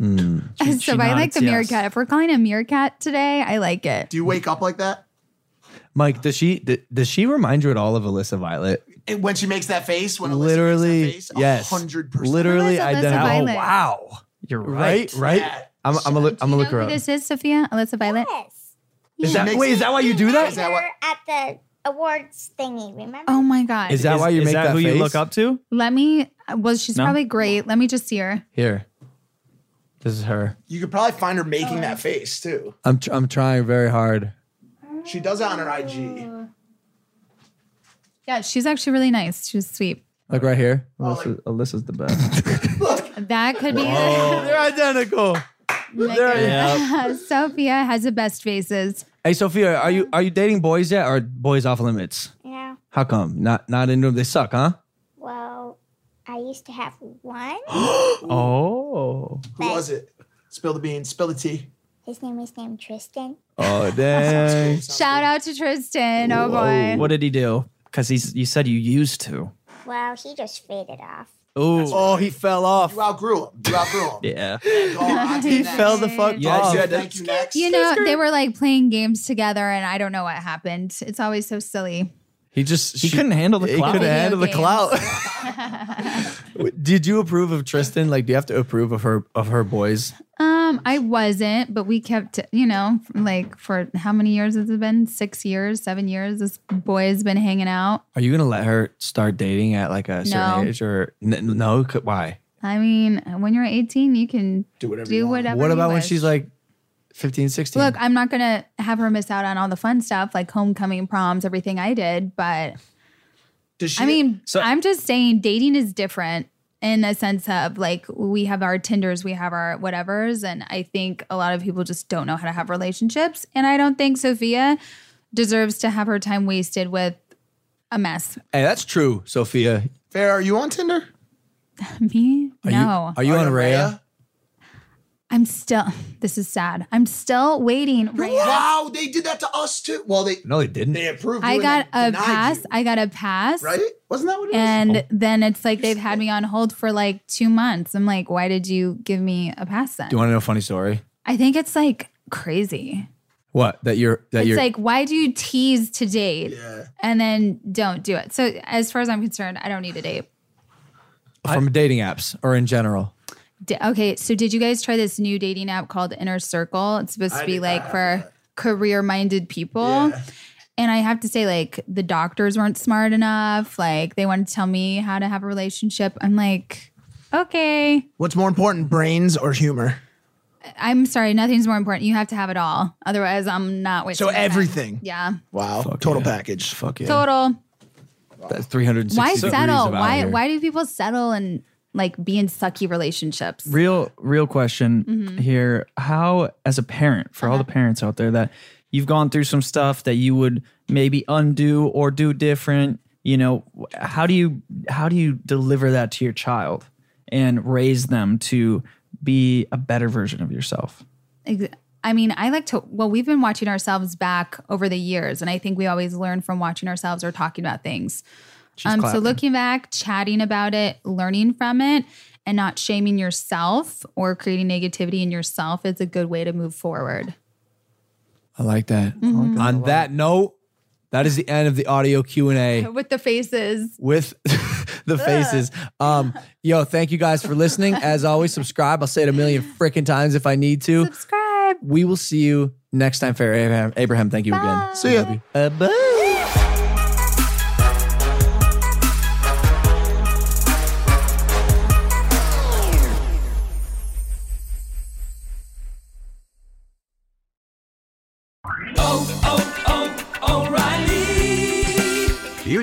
Speaker 1: so if I like
Speaker 4: nods,
Speaker 1: the
Speaker 4: yes.
Speaker 1: meerkat. If we're calling a meerkat today, I like it.
Speaker 2: Do you wake up like that
Speaker 3: Mike, does she d- does she remind you at all of Alyssa Violet?
Speaker 2: And when she makes that face? When Alyssa makes that
Speaker 3: Literally,
Speaker 2: face, a
Speaker 3: yes,
Speaker 2: hundred percent.
Speaker 3: literally
Speaker 1: Who is Alyssa
Speaker 3: identical. Oh,
Speaker 1: Violet?
Speaker 3: wow,
Speaker 4: You're
Speaker 3: right, right.
Speaker 2: Yeah.
Speaker 3: I'm, I'm gonna look. I'm
Speaker 1: You
Speaker 3: gonna
Speaker 1: know
Speaker 3: look her
Speaker 1: who
Speaker 3: up.
Speaker 1: this is, Sophia? Alyssa Violet?
Speaker 9: Yes.
Speaker 3: Is
Speaker 2: Yeah.
Speaker 3: that wait? Is that why you do
Speaker 9: Met
Speaker 3: that?
Speaker 2: that what-
Speaker 9: her at the awards thingy, remember?
Speaker 1: Oh my God.
Speaker 3: Is that why you
Speaker 4: is
Speaker 3: make
Speaker 4: that,
Speaker 3: that
Speaker 4: who you
Speaker 3: face?
Speaker 4: look up to?
Speaker 1: Let me, well, she's
Speaker 4: No?
Speaker 1: probably great. Let me just see her.
Speaker 3: Here, this is her.
Speaker 2: You could probably find
Speaker 1: Oh,
Speaker 2: her making that face too.
Speaker 3: I'm tr- I'm trying very hard.
Speaker 2: She does it on her IG.
Speaker 1: Oh. Yeah, she's actually really nice. She's sweet.
Speaker 3: Look right here.
Speaker 2: Oh.
Speaker 4: Alyssa, Alyssa's the best.
Speaker 1: That could be
Speaker 3: They're identical.
Speaker 1: Sophia has the best faces.
Speaker 3: Hey, Sophia, are you are you dating boys yet, or boys off limits?
Speaker 9: Yeah.
Speaker 3: How come? Not not into them. They suck, huh?
Speaker 9: Well, I used to have one.
Speaker 4: oh,
Speaker 2: Who was it? Spill the beans. Spill the tea.
Speaker 9: His name is named Tristan.
Speaker 3: Oh dang!
Speaker 1: Shout out to Tristan. Oh boy.
Speaker 4: what did he do? Because he's you said you used to.
Speaker 9: Well, he just faded off.
Speaker 4: Oh,
Speaker 3: oh, he fell off.
Speaker 2: You outgrew him. You outgrew him.
Speaker 4: yeah.
Speaker 2: Go on, on to the next.
Speaker 3: Fell the fuck
Speaker 4: Yeah,
Speaker 3: off.
Speaker 2: Yeah, thank you. Next.
Speaker 1: You know, they were like playing games together, and I don't know what happened. It's always so silly.
Speaker 3: He just
Speaker 4: He couldn't handle the
Speaker 3: He
Speaker 4: clout.
Speaker 3: couldn't
Speaker 1: Video
Speaker 3: handle the
Speaker 1: games.
Speaker 3: clout. Did you approve of Tristan? Like, do you have to approve of her of her boys?
Speaker 1: Um, I wasn't, but we kept, you know, like for how many years has it been? Six years, seven years. This boy has been hanging out.
Speaker 3: Are you gonna let her start dating at like a certain
Speaker 1: No.
Speaker 3: age or n- no? C- Why?
Speaker 1: I mean, when you're 18, you can do whatever. Do whatever
Speaker 3: what
Speaker 1: you
Speaker 3: about when
Speaker 1: wish.
Speaker 3: she's like 15, 16?
Speaker 1: Look, I'm not gonna have her miss out on all the fun stuff like homecoming, proms, everything I did. But
Speaker 2: Does she,
Speaker 1: I mean,
Speaker 4: So-
Speaker 1: I'm just saying dating is different in a sense of like we have our Tinders, we have our whatevers, and I think a lot of people just don't know how to have relationships. And I don't think Sophia deserves to have her time wasted with a mess.
Speaker 3: hey, that's true, Sophia.
Speaker 2: Fair, are you on Tinder?
Speaker 1: Me?
Speaker 3: Are
Speaker 1: no.
Speaker 3: you are
Speaker 2: Oh,
Speaker 3: you on Raya?
Speaker 2: Raya?
Speaker 1: I'm still this is sad. I'm still waiting. Raya.
Speaker 2: Wow, they did that to us too. Well, they
Speaker 3: No, they didn't.
Speaker 2: they approved. You
Speaker 1: I
Speaker 2: and
Speaker 1: got
Speaker 2: then
Speaker 1: a
Speaker 2: denied
Speaker 1: pass.
Speaker 2: you,
Speaker 1: I got a pass.
Speaker 2: right? Wasn't that what it was?
Speaker 1: And then it's like they've had me on hold for like two months. I'm like, why did you give me a pass then?
Speaker 3: Do you want to know a funny story?
Speaker 1: I think it's like crazy.
Speaker 3: What that you're that
Speaker 1: It's
Speaker 3: you're
Speaker 1: like, why do you tease to date
Speaker 2: Yeah.
Speaker 1: and then don't do it? So, as far as I'm concerned, I don't need a date.
Speaker 3: from dating apps or in general?
Speaker 1: D- okay, so did you guys try this new dating app called Inner Circle? It's supposed to be like for career minded people. And I have to say, like, the doctors weren't smart enough. Like, they wanted to tell me how to have a relationship. I'm like, okay.
Speaker 2: What's more important, brains or humor?
Speaker 1: I'm sorry, nothing's more important. You have to have it all. Otherwise, I'm not wasting
Speaker 2: So
Speaker 1: my time.
Speaker 2: everything.
Speaker 1: Yeah.
Speaker 2: Wow, total
Speaker 3: yeah.
Speaker 2: package.
Speaker 3: Fuck yeah.
Speaker 1: Total.
Speaker 3: That's 360
Speaker 1: Why
Speaker 3: degrees
Speaker 1: settle?
Speaker 3: of out
Speaker 1: Why
Speaker 3: here.
Speaker 1: why do people settle and like be in sucky relationships?
Speaker 4: Real, real question
Speaker 1: Mm-hmm.
Speaker 4: here. How, as a parent,
Speaker 1: Uh-huh.
Speaker 4: for all the parents out there that you've gone through some stuff that you would maybe undo or do different, you know, wh- how do you how do you deliver that to your child and raise them to be a better version of yourself?
Speaker 1: Ex- I mean, I like to well, we've been watching ourselves back over the years and I think we always learn from watching ourselves or talking about things. Um, so
Speaker 4: clapping.
Speaker 1: looking back, chatting about it, learning from it, and not shaming yourself or creating negativity in yourself is a good way to move forward.
Speaker 3: I like that. On that note,
Speaker 4: That is the end of the audio Q and A
Speaker 1: with the faces.
Speaker 4: with the faces. Um, yo, thank you guys for listening. As always, subscribe. I'll say it a million freaking times if I need to.
Speaker 1: Subscribe.
Speaker 4: We will see you next time, Fair Abraham. Abraham, thank you again.
Speaker 2: See ya.
Speaker 4: Uh, bye.
Speaker 3: You